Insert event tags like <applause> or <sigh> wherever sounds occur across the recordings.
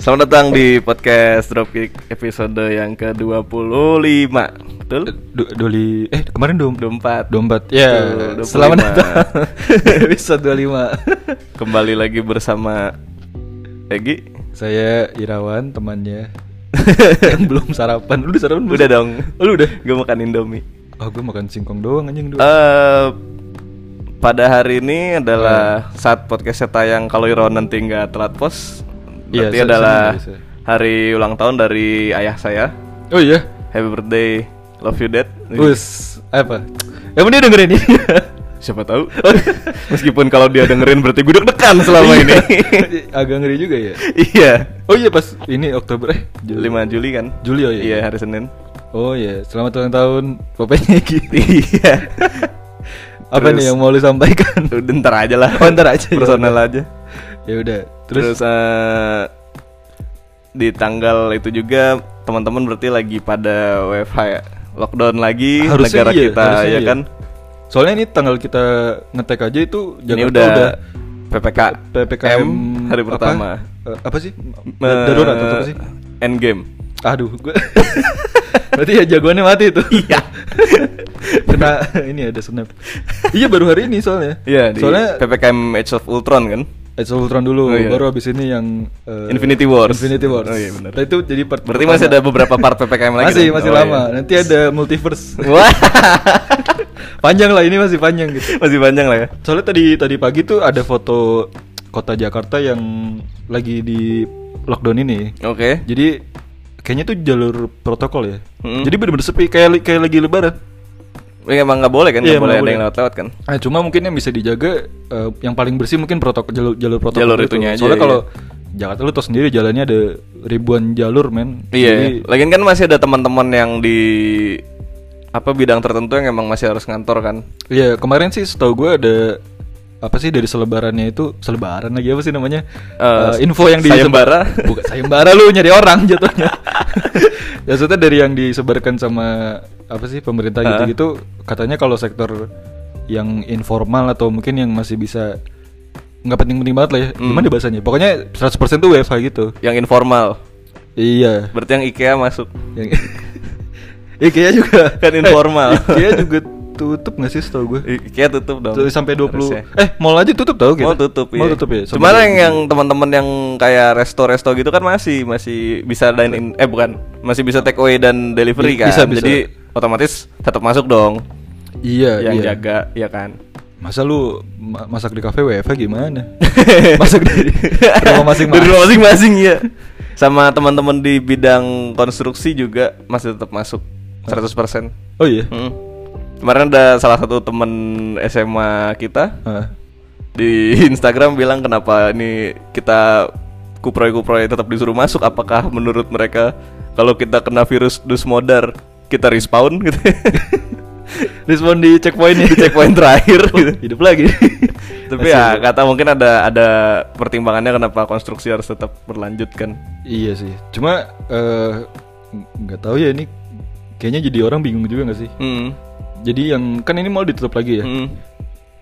Selamat datang di podcast Dropkick episode yang ke-25 Betul? Do- Doli eh kemarin dom 24 dombat Betul, ya 25. selamat datang <laughs> episode 25 Kembali lagi bersama Egi saya Irawan temannya <laughs> yang belum sarapan lu udah sarapan belum? Udah dong Oh, lu udah Gue makan Indomie oh gue makan singkong doang anjing dulu Eh, Pada hari ini adalah Eh. saat podcastnya tayang Kalau Irawan nanti nggak telat post Iya, Berarti saya- adalah saya nggak hari ulang tahun dari ayah saya oh iya Happy birthday Love you dad us apa emang dia dengerin <laughs> ini Siapa tahu Oh. <laughs> Meskipun kalau dia dengerin berarti gue deg-degan selama Iya. ini <laughs> agak ngeri juga ya Iya oh iya pas ini Oktober eh Juli. 5 Juli kan? Juli, oh iya. Iya, hari Senin. <laughs> oh iya selamat ulang tahun papanya gitu Iya. apa Terus- nih yang mau lu sampaikan Udah ntar aja lah. Oh, ntar aja, ya Personal aja. ya udah Terus, terus, eh, di tanggal itu juga teman-teman berarti lagi pada WFH ya. Lockdown lagi Harusnya negara iya, kita harusnya ya iya. kan. Soalnya ini tanggal kita ngetek aja itu Ini Jakarta udah, PPK PPKM hari apa? pertama. Eh, Apa, sih? Eh, Darurat atau apa sih? Eh, Endgame. Aduh, gue <laughs> Berarti ya jagoannya mati tuh. Iya. <laughs> Kena ini ada snap. iya baru hari ini soalnya. Iya, di soalnya PPKM Age of Ultron kan. Age of Ultron Oh, dulu, iya. baru abis ini yang eh, Infinity Wars. Infinity Wars. Oh, iya, benar. Nah, itu jadi part Berarti pertama. masih ada beberapa part PPKM lagi. Masih, dong? masih Oh, lama. iya. Nanti ada multiverse. Wah, <laughs> panjang lah ini masih panjang gitu. masih panjang lah ya. Soalnya tadi tadi pagi tuh ada foto kota Jakarta yang lagi di lockdown ini. Oke. Jadi kayaknya tuh jalur protokol ya. Mm-mm. Jadi bener-bener sepi kayak kayak lagi lebaran. Ini emang nggak boleh kan? Nggak Iya, boleh nggak ada boleh. yang lewat-lewat kan? Nah, cuma mungkin yang bisa dijaga eh, yang paling bersih mungkin protokol jalur jalur protokol. Jalur itu. itunya aja, Soalnya iya. kalau Jakarta lu tau sendiri jalannya ada ribuan jalur men. Iya. Jadi, Lagian kan masih ada teman-teman yang di apa bidang tertentu yang emang masih harus ngantor kan? Iya kemarin sih setahu gue ada apa sih dari selebarannya itu selebaran lagi apa sih namanya Eh, Eh, info yang sayembara. disebar- bukan sayembara lu nyari orang jatuhnya <laughs> ya maksudnya dari yang disebarkan sama apa sih pemerintah Ah. gitu gitu katanya kalau sektor yang informal atau mungkin yang masih bisa nggak penting-penting banget lah ya Hmm. gimana bahasanya pokoknya 100% tuh WFH gitu Yang informal. iya Berarti yang IKEA masuk. yang <laughs> IKEA juga Kan informal. Eh, IKEA juga tutup nggak sih setahu gue I- IKEA tutup dong. Tuh, sampai 20 harusnya. Eh, mall aja tutup tau kita. Mau tutup iya. Mall tutup ya. Cuman yang, yang teman-teman yang kayak resto-resto gitu kan masih masih bisa dine in eh bukan, masih bisa take away dan delivery Bi- kan. bisa, bisa. Jadi otomatis tetap masuk dong Iya, yang iya. jaga ya kan. Masa lu ma- masak di kafe WFH gimana? <laughs> masak <laughs> di rumah masing-masing. Dari rumah masing-masing ya. Sama teman-teman di bidang konstruksi juga masih tetap masuk 100%. Oh iya. Hmm. Kemarin ada salah satu temen SMA kita Ah. di <laughs> Instagram bilang kenapa ini kita kuproy-kuproy tetap disuruh masuk apakah menurut mereka kalau kita kena virus dusmodar kita respawn <laughs> <laughs> gitu. Respon di checkpoint di checkpoint <laughs> terakhir gitu. Hidup <laughs> lagi. Tapi ya kata mungkin ada ada pertimbangannya kenapa konstruksi harus tetap berlanjut kan. Iya sih. Cuma eh, nggak tahu ya ini kayaknya jadi orang bingung juga nggak sih? Hmm. Jadi yang kan ini mall ditutup lagi ya. Hmm.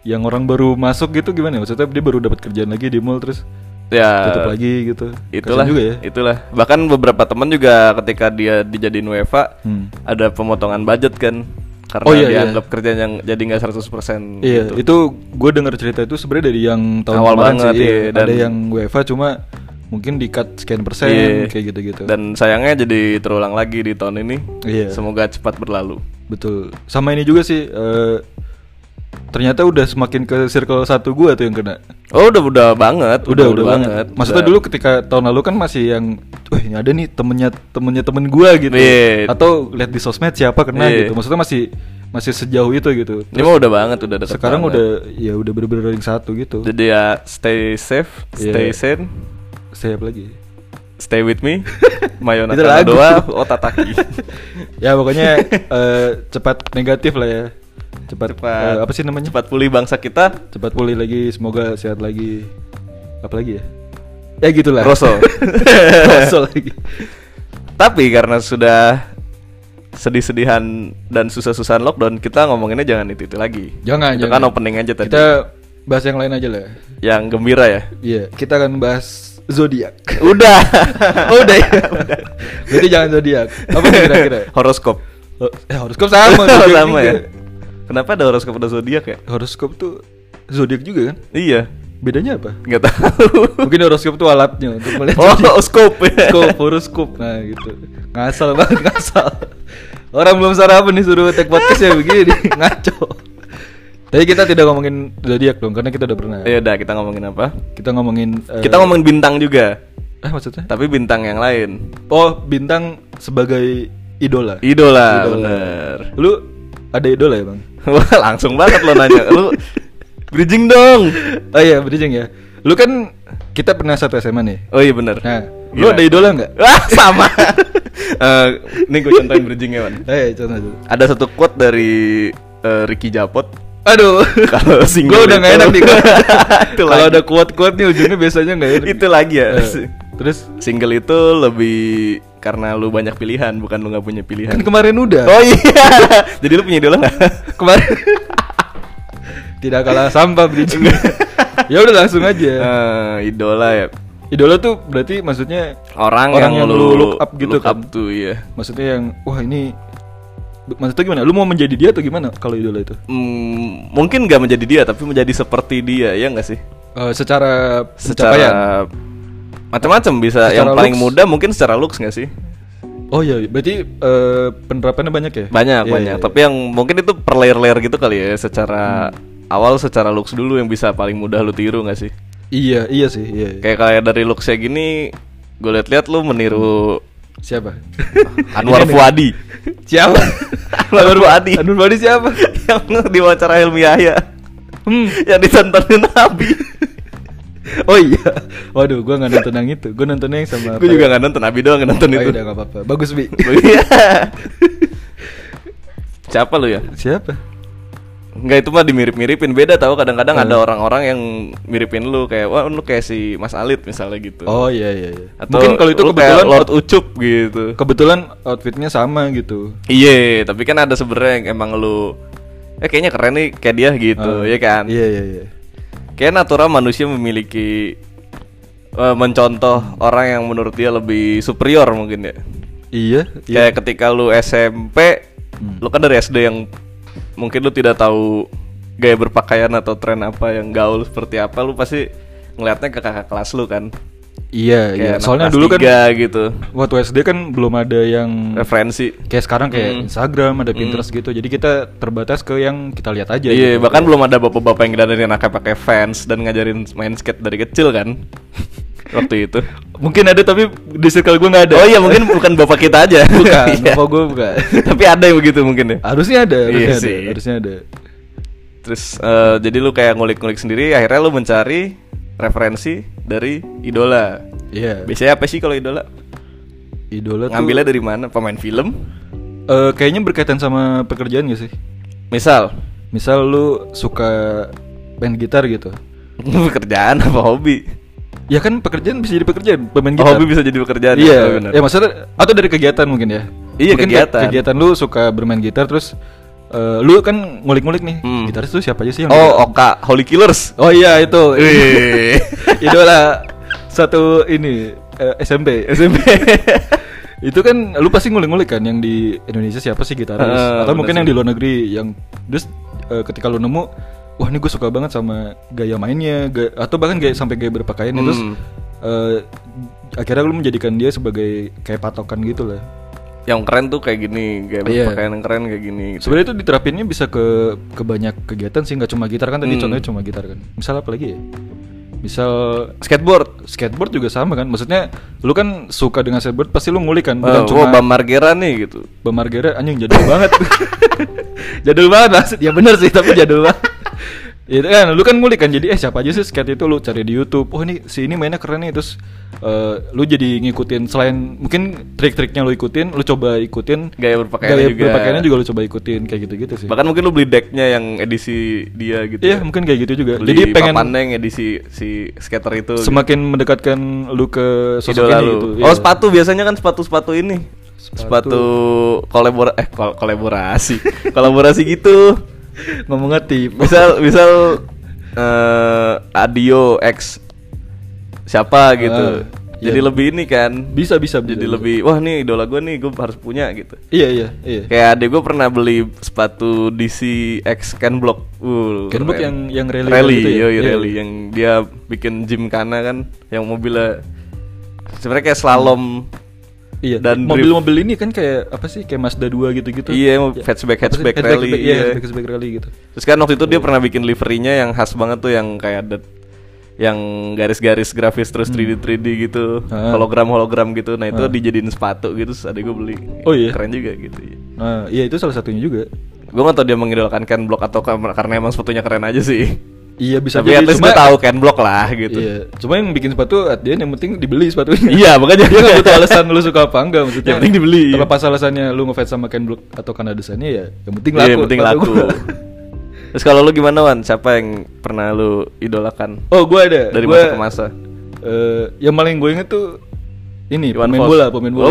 Yang orang baru masuk gitu gimana? Maksudnya dia baru dapat kerjaan lagi di mall terus Ya. tutup lagi gitu. Kasian Itulah. juga ya. Itulah. Bahkan beberapa teman juga ketika dia dijadiin WFA Hmm. ada pemotongan budget kan karena Oh, iya, dianggap kerjaan yang jadi nggak 100% Iya, gitu. itu gue dengar cerita itu sebenarnya dari yang tahun Awal kemarin banget, sih, iya, iya. dan- ada yang UEFA cuma mungkin di cut sekian persen Iya. kayak gitu-gitu. Dan sayangnya jadi terulang lagi di tahun ini. Iya. Semoga cepat berlalu. Betul. Sama ini juga sih eh, ternyata udah semakin ke circle satu gue tuh yang kena. Oh udah udah banget, Udah, udah, banget. Maksudnya Udah. dulu ketika tahun lalu kan masih yang, wah ini ada nih temennya temennya temen gue gitu. Iya. Atau lihat di sosmed siapa kena Iya. gitu. Maksudnya masih masih sejauh itu gitu. ini mah udah banget, udah deket Sekarang banget. udah ya udah bener-bener ring satu gitu. Jadi ya stay safe, stay Iya. sane, Siap lagi. stay with <laughs> me. Mayona Itu lagu. doa, <laughs> otataki. ya pokoknya <laughs> eh, cepat negatif lah ya cepat, Cepat. eh, apa sih namanya cepat. cepat pulih bangsa kita. pulih lagi semoga sehat lagi apa lagi ya ya gitulah <laughs> Rosso. Rosso lagi Tapi karena sudah sedih-sedihan dan susah-susahan lockdown, kita ngomonginnya jangan itu itu lagi. jangan Itu jangan kan opening aja tadi. kita bahas yang lain aja lah Yang gembira ya. iya kita akan bahas zodiak. Udah. Oh <laughs> udah <laughs> ya. Berarti jangan zodiak. Apa tuh kira-kira? Horoskop. Ho- Eh, horoskop <laughs> sama. Sama, zodiak juga. ya. Kenapa ada horoskop ada zodiak ya? Horoskop tuh zodiak juga kan? Iya. Bedanya apa? Nggak tahu. Mungkin horoskop tuh alatnya untuk melihat Oh, zodiak. horoskop. ya. Skop, horoskop Nah gitu Ngasal banget, ngasal Orang belum sarapan nih suruh take podcast ya begini <laughs> Ngaco Tapi kita tidak ngomongin zodiak dong Karena kita udah pernah Ya udah, kita ngomongin apa? Kita ngomongin eh, Kita ngomongin bintang juga, Eh maksudnya? tapi bintang yang lain. Oh bintang sebagai idola Iya. Idola, bener. <laughs> Lu ada idola ya bang? Wah, langsung banget lo nanya. Lu bridging dong. Oh iya bridging ya Lu kan kita pernah satu SMA nih Oh iya bener. Nah Lu Gila. ada idola nggak? Wah, Ah, <laughs> sama. Eh, ini gue contohin bridgingnya, Man. Eh contoh dulu Ada satu quote dari eh, Ricky Japot. Aduh <laughs> Kalau Gue single udah itu- gak enak nih gua. <laughs> Itu Kalau lagi. ada kuat-kuat nih ujungnya biasanya gak enak Itu lagi ya. Eh, Terus Single itu lebih karena lu banyak pilihan, bukan lu nggak punya Kan pilihan. kemarin udah. Ya. Oh iya. <laughs> Jadi lu punya idola nggak? Kemarin. <laughs> Tidak kalah sampah bridging. <laughs> ya udah langsung aja. Eh, idola ya. Idola tuh berarti maksudnya Orang, Orang yang yang, lu look up gitu look up kan? tuh, iya. maksudnya yang wah ini maksudnya gimana? Lu mau menjadi dia atau gimana kalau idola itu? Hmm, mungkin nggak menjadi dia tapi menjadi seperti dia ya nggak sih Eh, secara pencapaian. secara macam-macam bisa Secara yang paling looks? muda mungkin secara looks nggak sih Oh iya, berarti eh, penerapannya banyak ya? banyak Iya, banyak iya, iya. tapi yang mungkin itu per layer-layer gitu kali ya secara awal secara looks dulu yang bisa paling mudah lu tiru nggak sih Iya, iya sih, iya. iya. kayak kayak dari looksnya gini gue liat-liat lu <laughs> meniru Siapa? Anwar <laughs> Fuadi siapa? Anwar Fuadi Anur Badi siapa? <laughs> yang di wawancara Hilmi Yahya Hmm. yang ditontonin Nabi Oh iya. Waduh, gua nggak nonton yang itu. Gua nontonnya yang sama gue juga nggak nonton Nabi doang yang nonton ya? Oh, itu iya, udah nggak apa-apa. Bagus, Bi. Iya. Siapa lu ya? Siapa? Enggak itu mah dimirip-miripin beda tahu kadang-kadang Eh. ada orang-orang yang miripin lu kayak wah lu kayak si Mas Alit misalnya gitu. Oh iya iya iya. Atau Mungkin kalau itu lu kayak kebetulan Lord out- Ucup gitu. kebetulan outfitnya sama gitu. Iya, tapi kan ada sebenarnya yang emang lu ya kayaknya keren nih kayak dia gitu, Ah, ya kan? Iya iya iya. Kayak natural manusia memiliki eh, mencontoh orang yang menurut dia lebih superior mungkin ya. Iya iya. Hmm. Kayak ketika lu SMP, lu kan dari SD yang mungkin lu tidak tahu gaya berpakaian atau tren apa yang gaul seperti apa, lu pasti ngelihatnya ke kakak kelas lu kan. Iya iya. Kayak anak Soalnya kelas dulu kan Hmm. tiga gitu. waktu SD kan belum ada yang Referensi. kayak sekarang kayak Hmm. Instagram ada Pinterest gitu. Jadi kita terbatas ke yang kita lihat aja. Iya, gitu. bahkan belum ada bapak-bapak yang dandanin anaknya pakai fans dan ngajarin main skate dari kecil kan. <laughs> Waktu itu. Mungkin ada tapi di circle gue nggak ada. Oh iya, mungkin bukan bapak kita aja. Bukan. <laughs> Iya. Bapak gue bukan. Tapi ada yang begitu mungkin ya. harusnya ada. Iya Harusnya ada. sih. Harusnya ada. Terus eh, jadi lu kayak ngulik-ngulik sendiri, akhirnya lu mencari referensi dari idola. Iya. Biasanya apa sih kalau idola? Idola tuh. Ngambilnya dari mana? Pemain film? eh, kayaknya berkaitan sama pekerjaan gak sih? Misal, <laughs> Misal lu suka main gitar gitu. pekerjaan apa hobi? Ya kan pekerjaan bisa jadi pekerjaan pemain Oh, gitar. hobi bisa jadi pekerjaan. Iya. oh, benar. Ya maksudnya atau dari kegiatan mungkin ya. Iya, Mungkin ke- kegiatan. Kegiatan lu suka bermain gitar terus eh, lu kan ngulik-ngulik nih. Hmm. Gitaris tuh siapa aja sih yang Oh, Oka Holy <laughs> Killers. Oh iya itu. Wih. <laughs> Idola satu ini eh, SMP. SMP. itu kan lu pasti ngulik-ngulik kan yang di Indonesia siapa sih gitaris Eh, atau bener mungkin sih. yang di luar negeri yang terus eh, ketika lu nemu wah ini gue suka banget sama gaya mainnya gaya- atau bahkan gaya sampai gaya berpakaiannya terus Hmm. eh, akhirnya lu menjadikan dia sebagai kayak patokan gitu lah yang keren tuh kayak gini, kayak Iya. berpakaian yang keren kayak gini. gitu. sebenarnya itu diterapinnya bisa ke ke banyak kegiatan sih nggak cuma gitar kan tadi Hmm. contohnya cuma gitar kan misal apa lagi ya misal Skateboard. skateboard juga sama kan maksudnya lu kan suka dengan skateboard pasti lu ngulik kan Oh, bukan cuma Iya wah, Bam Margera nih gitu. Bang Margera anjing jadul <laughs> banget Jadul banget maksud Ya bener sih tapi jadul banget <laughs> Itu kan lu kan ngulik kan jadi eh siapa aja sih skate itu lu cari di YouTube. Oh ini si ini mainnya keren nih terus eh, lu jadi ngikutin selain mungkin trik-triknya lu ikutin, lu coba ikutin Gaya berpakaiannya gaya juga. berpakaiannya juga lu coba ikutin kayak gitu-gitu sih. Bahkan mungkin lu beli decknya yang edisi dia gitu. Iya, ya. mungkin kayak gitu juga. Beli jadi pengen papannya yang edisi si skater itu. gitu. semakin mendekatkan lu ke sosok Idola ini lu. gitu. Oh Iya. sepatu biasanya kan sepatu-sepatu ini. Sepatu. Sepatu, kolabora eh kol- kolaborasi. <laughs> kolaborasi gitu. ngomong ngetip. Misal misal eh Adio X siapa gitu. Ah, iya. Jadi lebih ini kan. Bisa bisa bisa, Jadi bisa. lebih wah nih idola gue nih gue harus punya gitu. Iya iya iya. Kayak adek gue pernah beli sepatu DC X Ken Block. Uh, Ken Block keren. yang- yang rally rally, gitu ya? yoi, Iya. rally. yang dia bikin gym kana kan yang mobilnya sebenarnya kayak slalom Iya. Dan mobil-mobil ini kan kayak apa sih kayak Mazda 2 gitu-gitu. Iya, Ya, hatchback- apa sih? hatchback rally, hatchback, Iya, iya. hatchback, hatchback rally gitu. Terus kan waktu itu dia pernah bikin liverynya yang khas banget tuh yang kayak ada yang garis-garis grafis terus 3D 3D gitu, Hmm. Ah. hologram hologram gitu. Nah itu Ah. dijadiin sepatu gitu, terus ada gue beli. Oh iya? Keren juga gitu. Nah, iya itu salah satunya juga. Gue gak tau dia mengidolakan Ken Block atau kam- karena emang sepatunya keren aja sih. Iya bisa Tapi at least cuma- gue tahu Ken Block lah gitu. Iya, cuma yang bikin sepatu at the end yang penting dibeli sepatunya. <laughs> Iya, makanya. <laughs> dia nggak butuh alasan lu suka apa enggak maksudnya. Yang penting dibeli, iya. Terlepas alasannya lu ngefans sama Ken Block atau Kanada desainnya ya yang penting Iya, laku. yang penting sepatu laku. gua. <laughs> Terus kalau lu gimana Wan? Siapa yang pernah lu idolakan <laughs> oh, gua ada. dari Gua, masa ke masa? eh, yang paling gue inget tuh ini Iwan pemain Fals. bola, pemain Oh, bola.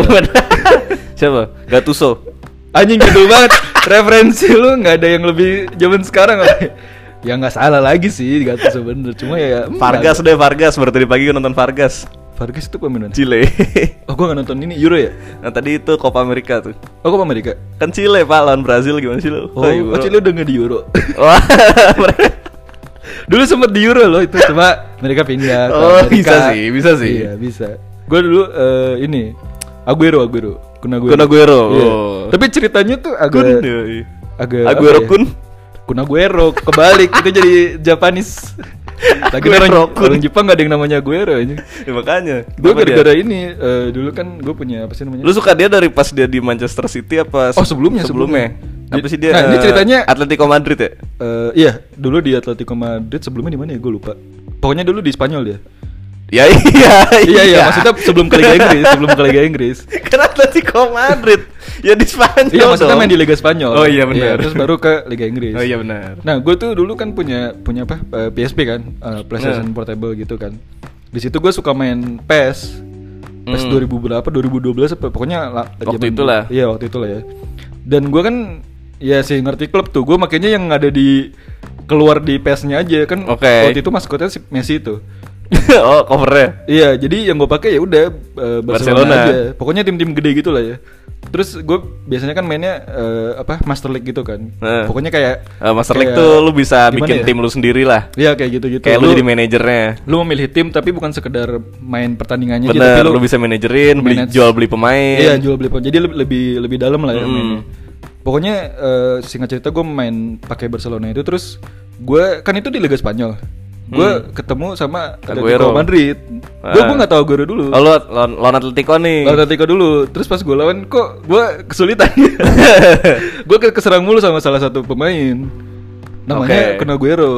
<laughs> Siapa? Gattuso. Anjing jadul banget. Referensi lu nggak ada yang lebih zaman sekarang. apa? ya nggak salah lagi sih, gak sebenernya. Cuma ya hmm, Vargas deh Vargas baru tadi pagi gue nonton Vargas Vargas itu pemain mana? Chile. <laughs> Oh, gua nggak nonton ini Euro ya. nah tadi itu Copa America tuh. Oh, gua Amerika. Kan Chile Pak lawan Brazil gimana sih lu? Oh, oh, Chile udah nggak di Euro. <laughs> <laughs> Wah. <laughs> Dulu sempet di Euro loh itu cuma mereka pindah. ke Oh, Amerika. bisa sih, bisa sih. Iya bisa. Gue dulu eh, ini Aguero Aguero Kun Aguero. Kun Aguero, Iya. oh. Tapi ceritanya tuh agak Kun. iya, yoi. agak Aguero apa ya? Kun. Kun Aguero kebalik itu jadi Japanis. Lagi Aguero orang, Kun. orang Jepang gak ada yang namanya Aguero ini. <laughs> Ya, makanya. Gue Kenapa dia? gara-gara ini eh, dulu kan gue punya apa sih namanya? Lu suka dia dari pas dia di Manchester City apa? Oh, sebelumnya, sebelumnya. sebelumnya. Apa sih dia? Nah, ini eh, ceritanya- Atletico Madrid ya? Eh, iya, dulu di Atletico Madrid sebelumnya di mana ya gue lupa. Pokoknya dulu di Spanyol <laughs> dia. Ya iya. iya iya, maksudnya sebelum ke Liga Inggris, sebelum ke Liga Inggris. <laughs> Kan Atletico Madrid. ya di Spanyol. Iya maksudnya dong. main di Liga Spanyol. Oh iya benar. terus baru ke Liga Inggris. Oh iya benar. Nah gue tuh dulu kan punya punya apa eh, PSP kan, eh, PlayStation Nah. Portable gitu kan. Di situ gue suka main E PES. PES Hmm. 2000 berapa? 2012 apa? Pokoknya lah, Waktu zaman- itulah. Iya waktu itulah ya. Dan gue kan ya sih ngerti klub tuh. Gue makanya yang ada di keluar di PS-nya aja kan. Oke. Waktu itu maskotnya si Messi tuh. <laughs> oh, covernya. Iya, jadi yang gue pakai ya udah eh, Barcelona, Barcelona. aja. Pokoknya tim-tim gede gitu lah ya. Terus gue biasanya kan mainnya eh, apa Master League gitu kan. Nah. Pokoknya kayak Eh, Master League kayak- tuh lu bisa gimana bikin ya? tim lu sendiri lah. Iya kayak gitu-gitu. Kayak lu, jadi manajernya. Lu memilih tim tapi bukan sekedar main pertandingannya aja, Bener, gitu, tapi lu, bisa manajerin, beli manage. jual beli pemain. Iya jual beli pemain. Jadi lebih lebih, lebih dalam lah ya Mm. mainnya. Pokoknya eh, singkat cerita gue main pakai Barcelona itu terus gue kan itu di Liga Spanyol. Gue ketemu sama Mm. Aguero. Atletico Madrid. Gue Ah. gue nggak tahu Aguero dulu. Oh, lu lawan, lawan Atletico nih. Lawan Atletico dulu. Terus pas gue lawan kok gue <laughs> kesulitan. gue keserang mulu sama salah satu pemain. Namanya Oke. Kun Aguero.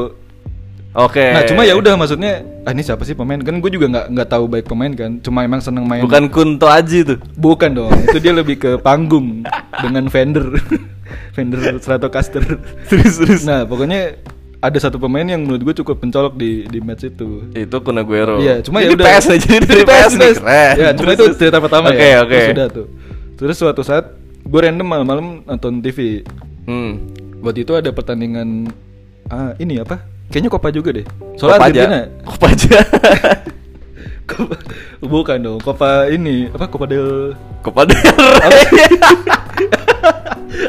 Oke. Nah cuma ya udah maksudnya ah ini siapa sih pemain kan gue juga nggak nggak tahu baik pemain kan cuma emang seneng main Bukan Kunto Aji tuh. bukan dong itu dia lebih ke panggung <laughs> dengan <laughs> vendor vendor Stratocaster Terus terus. nah pokoknya ada satu pemain yang menurut gue cukup pencolok di di match itu Itu Kun Aguero. Iya, cuma jadi ya udah. PS aja jadi dari PS, nih keren. Ya, cuma Terus, itu terus. cerita pertama Oke, ya. oke. Terus Sudah tuh. Terus suatu saat gue random malam-malam nonton TV. Hmm. Buat itu ada pertandingan ah, ini apa? Kayaknya Copa juga deh. Soalnya Kopa aja. Argentina. Kopa <laughs> aja. Copa- Bukan dong, Copa ini apa Copa del Kopa del Apa? Rey.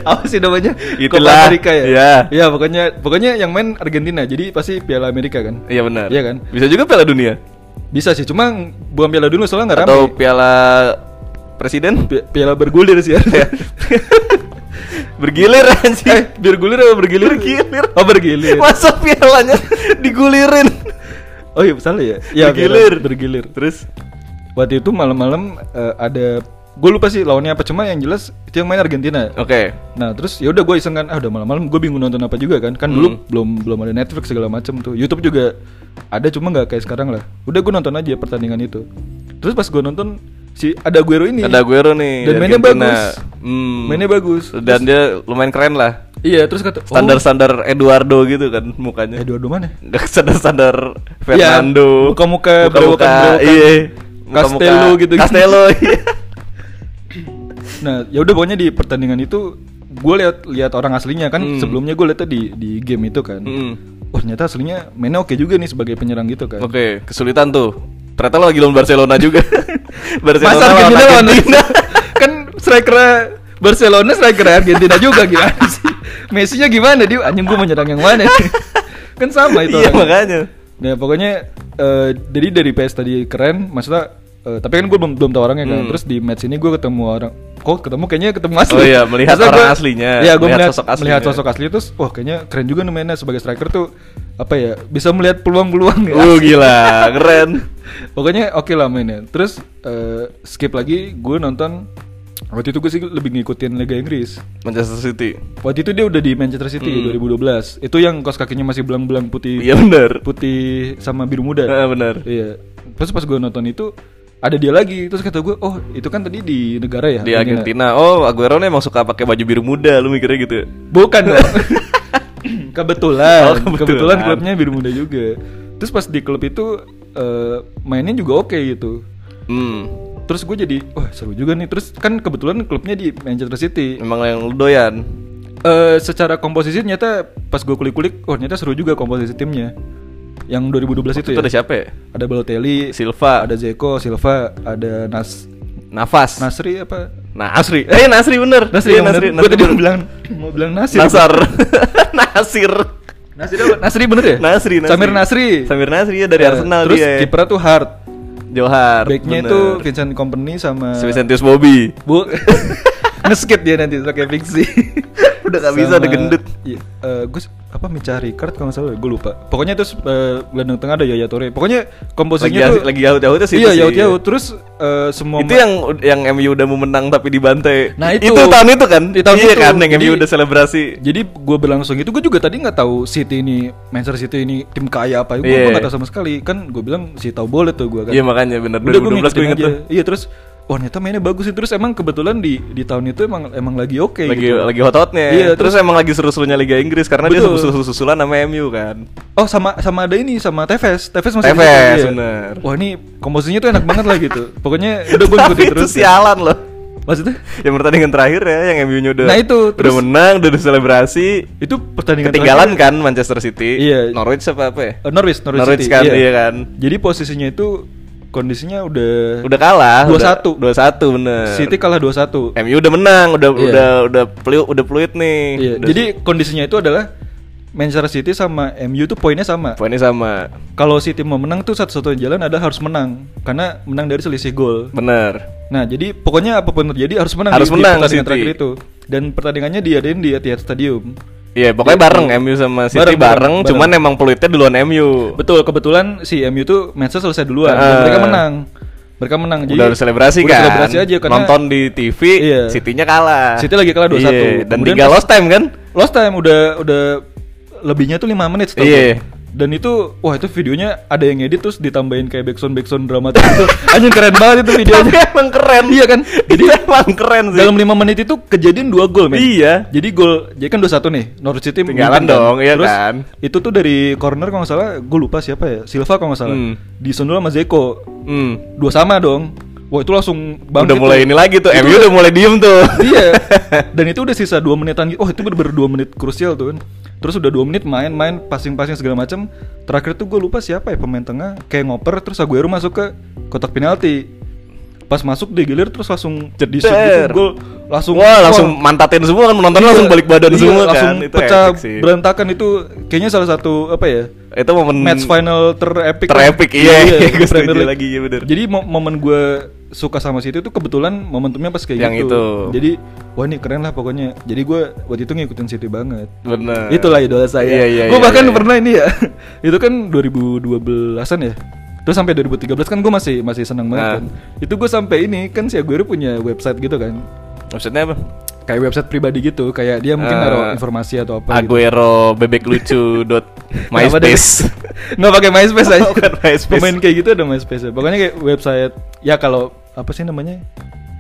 apa sih namanya? Itulah, Copa Amerika ya. iya. Iya, pokoknya pokoknya yang main Argentina. Jadi pasti Piala Amerika kan. <laughs> Iya benar. Iya kan? Bisa juga Piala Dunia Bisa sih, cuma bukan Piala dulu soalnya nggak atau rame. Piala Presiden Pi- Piala bergulir Iya. sih harusnya. <laughs> bergilir anjing. Eh, biar gulir apa bergilir? Bergilir. Oh, bergilir. Masa pialanya <laughs> digulirin? Oh iya, salah ya? Iya, bergilir, biar- bergilir. Terus Waktu itu malam-malam eh, ada gue lupa sih lawannya apa cuma yang jelas itu yang main Argentina. oke. Nah, terus ya udah gue iseng kan, ah udah malam-malam gue bingung nonton apa juga kan. Kan dulu Hmm. belum belum ada Netflix segala macem tuh. YouTube juga ada cuma nggak kayak sekarang lah. Udah gue nonton aja pertandingan itu. Terus pas gue nonton si ada Guero ini. Ada Aguero nih. Dan dari mainnya Argentina. bagus. Hmm. Mainnya bagus. Dan dia lumayan keren lah. Iya, terus kata oh, Standar-standar Eduardo gitu kan mukanya. Eduardo mana? Nggak <laughs> standar-standar Fernando. Iya, muka-muka berewokan-berewokan. Iya. Castello gitu-gitu. Castello. <laughs> iya. Nah, ya udah pokoknya di pertandingan itu gue lihat lihat orang aslinya kan Hmm. sebelumnya gue lihatnya di di game itu kan. Mm. Oh ternyata aslinya mainnya oke juga nih sebagai penyerang gitu kan. Oke, kesulitan tuh. Ternyata lo lagi lawan Barcelona <laughs> juga. Barcelona Masa lawan Argentina lawan Argentina. Argentina. <laughs> kan striker Barcelona striker Argentina juga gimana sih? Messi-nya gimana dia? Anjing gua menyerang yang mana? kan sama itu. <laughs> Iya orangnya. makanya. Nah pokoknya eh, jadi dari PS tadi keren, maksudnya eh, tapi kan gue belum belum tahu orangnya kan. Hmm. Terus di match ini gue ketemu orang, kok ketemu kayaknya ketemu asli. Oh iya, melihat Maksudnya orang gua- aslinya, Iya gue melihat melihat sosok sosok aslinya. asli. Melihat sosok asli terus, wah kayaknya keren juga nih mainnya sebagai striker tuh apa ya bisa melihat peluang-peluang ya. Uh gila, keren. Pokoknya oke lah mainnya. Terus eh, skip lagi gue nonton waktu itu gue sih lebih ngikutin Liga Inggris. Manchester City. Waktu itu dia udah di Manchester City Hmm. 2012. Itu yang kos kakinya masih belang-belang putih Iya Ah, benar. putih sama biru muda. Heeh, benar. Iya. Terus pas gue nonton itu ada dia lagi. Terus kata gue, oh itu kan tadi di negara ya? Di Argentina. Oh, Aguero nih emang suka pakai baju biru muda, lu mikirnya gitu. Bukan. <laughs> dong. <laughs> kebetulan, Oh, kebetulan. kebetulan. klubnya biru muda juga. Terus pas di klub itu eh, mainnya juga oke gitu. Hmm. Terus gue jadi, wah seru juga nih. Terus kan kebetulan klubnya di Manchester City. Emang yang lu doyan. Eh, secara komposisi ternyata pas gue kulik-kulik, oh ternyata seru juga komposisi timnya. Yang 2012 Itu itu, ya. ada siapa ya? Ada Balotelli, Silva. ada Zeko, Silva, ada Nas Nafas. Nasri apa? Nah, Asri. Eh, Nasri bener. Nasri Iya, yang Nasri. Nasri, Nasri tadi bener. mau bilang mau bilang Nasir. Nasar. <laughs> Nasir. Nasri apa? Nasri bener ya? Nasri, Nasri. Samir Nasri. Samir Nasri ya dari Eh, Arsenal Terus dia. kipernya tuh Hart. Johar. Backnya bener. itu Vincent Company sama Si Vicentius Bobby. Bu <laughs> Ngeskip dia nanti pakai fiksi. <laughs> Udah nggak bisa, udah gendut. Iya, eh, gue s- apa mencari card kalau nggak salah gue lupa. Pokoknya terus eh, gelandang tengah ada Yaya Toure. Pokoknya Lagi komposisinya asik- tuh lagi yaut-yautnya sih. Iya, itu sih. yaut-yaut terus eh, semua Itu yang yang MU udah mau menang tapi dibantai. Nah, itu. tahun itu kan? Di tahun iya itu. kan yang Jadi- MU udah selebrasi. Jadi gue berlangsung itu gue gitu, juga tadi nggak tahu City ini Manchester City ini tim kaya apa gue Iya. nggak tahu sama sekali kan gue bilang si tahu boleh tuh gue kan Iya makanya bener Udah, 2012 gue gua ngikutin inget aja. tuh. iya terus wah ternyata mainnya bagus sih terus emang kebetulan di di tahun itu emang emang lagi oke lagi gitu. lagi hot-hotnya. Iya, terus, emang lagi seru-serunya Liga Inggris karena dia Betul. susul-susulan sama MU kan. oh sama sama ada ini sama Tevez Tevez masih Tevez, di situ, iya. bener. wah ini komposisinya tuh enak banget lah gitu pokoknya udah gue <laughs> Tapi ngikutin itu terus ya. sialan loh. maksudnya Yang pertandingan terakhir ya yang MU nya udah Nah, itu, udah terus- menang, udah diselebrasi. itu pertandingan Ketinggalan terakhir. kan Manchester City. Iya. Norwich apa apa ya? Eh, Norwich Norwich, Norwich City, kan, iya kan. jadi posisinya itu kondisinya udah Udah kalah. 2-1. Dua satu bener. City kalah 2-1 MU udah menang, udah Iya. udah udah peluit udah peluit nih. Iya, Udah jadi kondisinya itu adalah Manchester City sama MU tuh poinnya sama. poinnya sama. Kalau City mau menang tuh satu-satunya jalan adalah harus menang karena menang dari selisih gol. Bener. Nah, jadi pokoknya apapun terjadi harus menang Harus di, di menang pertandingan City. terakhir itu. Dan pertandingannya diadain di Etihad Stadium. Iya, pokoknya bareng MU sama City bareng, Bareng, bareng, bareng. cuman emang peluitnya duluan MU. Betul, kebetulan si MU tuh matchnya selesai duluan. dan Ah. mereka menang. Mereka menang. udah harus selebrasi udah kan. selebrasi aja karena Nonton di TV, Iya. City-nya kalah. City lagi kalah 2-1. Iya, Dan Kemudian tiga pas- lost time kan? Lost time udah udah lebihnya tuh 5 menit setahu Iya. gua. Dan itu wah itu videonya ada yang edit terus ditambahin kayak backsound backsound dramatik itu. Anjing keren banget itu <laughs> Tapi videonya. emang keren. Iya kan? <laughs> Jadi emang keren sih. Dalam 5 menit itu kejadian 2 gol, men. Iya. Jadi gol jadi kan 2-1 nih. Norwich City Tinggalan menang, dong, iya Terus, kan? Itu tuh dari corner kalau nggak salah, gue lupa siapa ya. Silva kalau nggak salah. Hmm. Disundul sama Zeko. Hmm. Dua sama dong. Wah, itu langsung bangkit. udah mulai tuh. ini lagi tuh. Itu MU udah mulai diem tuh. iya dan itu udah sisa dua menitan oh itu bener-bener dua menit krusial tuh kan terus udah dua menit main-main passing-passing segala macam terakhir tuh gue lupa siapa ya pemain tengah kayak ngoper terus Aguero masuk ke kotak penalti pas masuk digilir terus langsung Jedar. di shoot gitu gol langsung Wah, langsung wah, mantatin semua kan menonton iya, langsung balik badan iya, semua langsung kan. Itu pecah epic sih. berantakan itu kayaknya salah satu apa ya Itu momen match final terepik Terepik, iya, iya, gue Premier setuju League. lagi, iya bener. jadi mo- momen gue suka sama City itu kebetulan momentumnya pas kayak Yang gitu itu. jadi wah ini keren lah pokoknya jadi gue waktu itu ngikutin City banget Bener. itulah idola saya Iya, iya, gue iya, bahkan iya. pernah ini ya <laughs> itu kan 2012an ya terus sampai 2013 kan gue masih masih senang banget Nah. kan itu gue sampai ini kan si Aguero punya website gitu kan Maksudnya apa? kayak website pribadi gitu kayak dia mungkin Eh, naruh informasi atau apa gitu. Aguero bebek <laughs> lucu dot Kenapa dari- MySpace. <laughs> Nggak pakai MySpace aja. Bukan MySpace. Pemain kayak gitu ada MySpace. -nya. Pokoknya kayak website ya kalau apa sih namanya?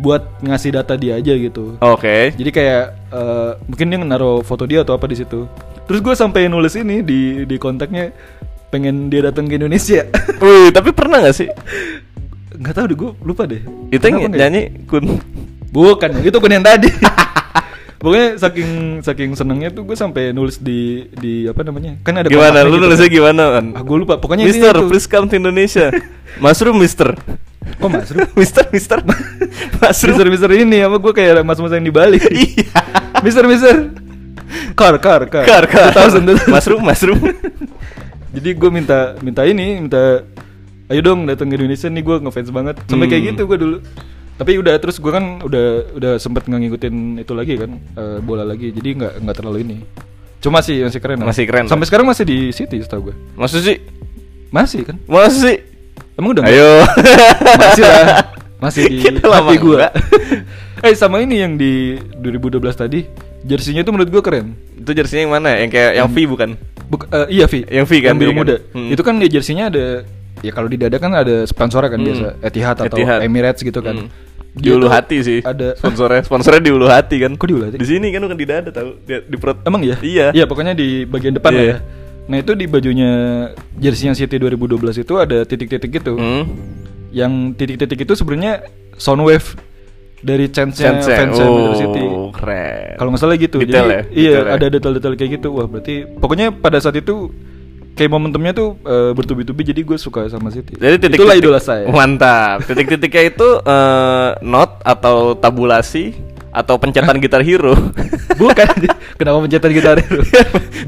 Buat ngasih data dia aja gitu. Oke. Jadi kayak eh, mungkin dia naruh foto dia atau apa di situ. Terus gue sampai nulis ini di di kontaknya pengen dia datang ke Indonesia. <laughs> Wih, tapi pernah gak sih? Nggak tahu deh gue lupa deh. Itu yang Kenapa nggak ya? nyanyi kun Bukan, itu kun yang tadi. <laughs> Pokoknya saking saking senengnya tuh gue sampai nulis di di apa namanya? Kan ada gimana? kotaknya Lu gitu nulisnya kan. gimana, Man? Ah, gue lupa. Pokoknya Mister, intinya tuh- please come to <laughs> Indonesia. Mushroom, Mister. Kok Mas Ru? <laughs> Mister, <laughs> Mister. Mister Mushroom. Mister ini apa gue kayak Mas Mas yang di Bali. <laughs> Iya. Mister Mister. Kar kar kar. Kar, kar. 2000, 2000. Mushroom, <laughs> mushroom. Jadi gue minta minta ini minta ayo dong datang ke Indonesia nih gue ngefans banget sampai kayak Hmm. gitu gue dulu. Tapi udah terus gue kan udah udah sempet nggak ngikutin itu lagi kan eh, bola lagi jadi nggak nggak terlalu ini. Cuma sih masih keren. lah. Masih keren lah. Sampai sekarang masih di City setahu gue. Maksud sih? Masih kan? Maksud sih? Emang udah nggak? Ayo. masih lah <laughs> masih di Kita lama hati gua enggak. <laughs> eh sama ini yang di 2012 tadi jersinya tuh menurut gua keren Itu jersinya yang mana? ya? Yang kayak yang V Hmm. bukan? Buk- eh, iya Vi Yang V kan, biru iya kan? muda Hmm. itu kan di jersinya ada ya kalau di dada kan ada sponsornya kan Hmm. biasa Etihad atau Etihad. Emirates gitu kan Hmm. Di Dia ulu tuh hati sih. ada sponsornya, sponsornya di ulu hati kan. Kok di ulu hati? Di sini kan bukan di dada tahu, di, di perut. <laughs> emang ya Iya. iya pokoknya di bagian depan lah Iya. ya nah itu di bajunya jersinya City 2012 itu ada titik-titik gitu Hmm. yang titik-titik itu sebenarnya soundwave dari chance-nya Chance-nya. fans oh, City. keren. Kalau nggak salah gitu. Detail Jadi, ya? Iya, Detail ya? ada detail-detail kayak gitu. Wah, berarti pokoknya pada saat itu kayak momentumnya tuh eh, bertubi-tubi jadi gue suka sama City. Jadi titik Itulah idola saya. Mantap. Titik-titiknya itu eh not atau tabulasi atau pencetan gitar hero. <laughs> Bukan <laughs> kenapa pencetan gitar itu?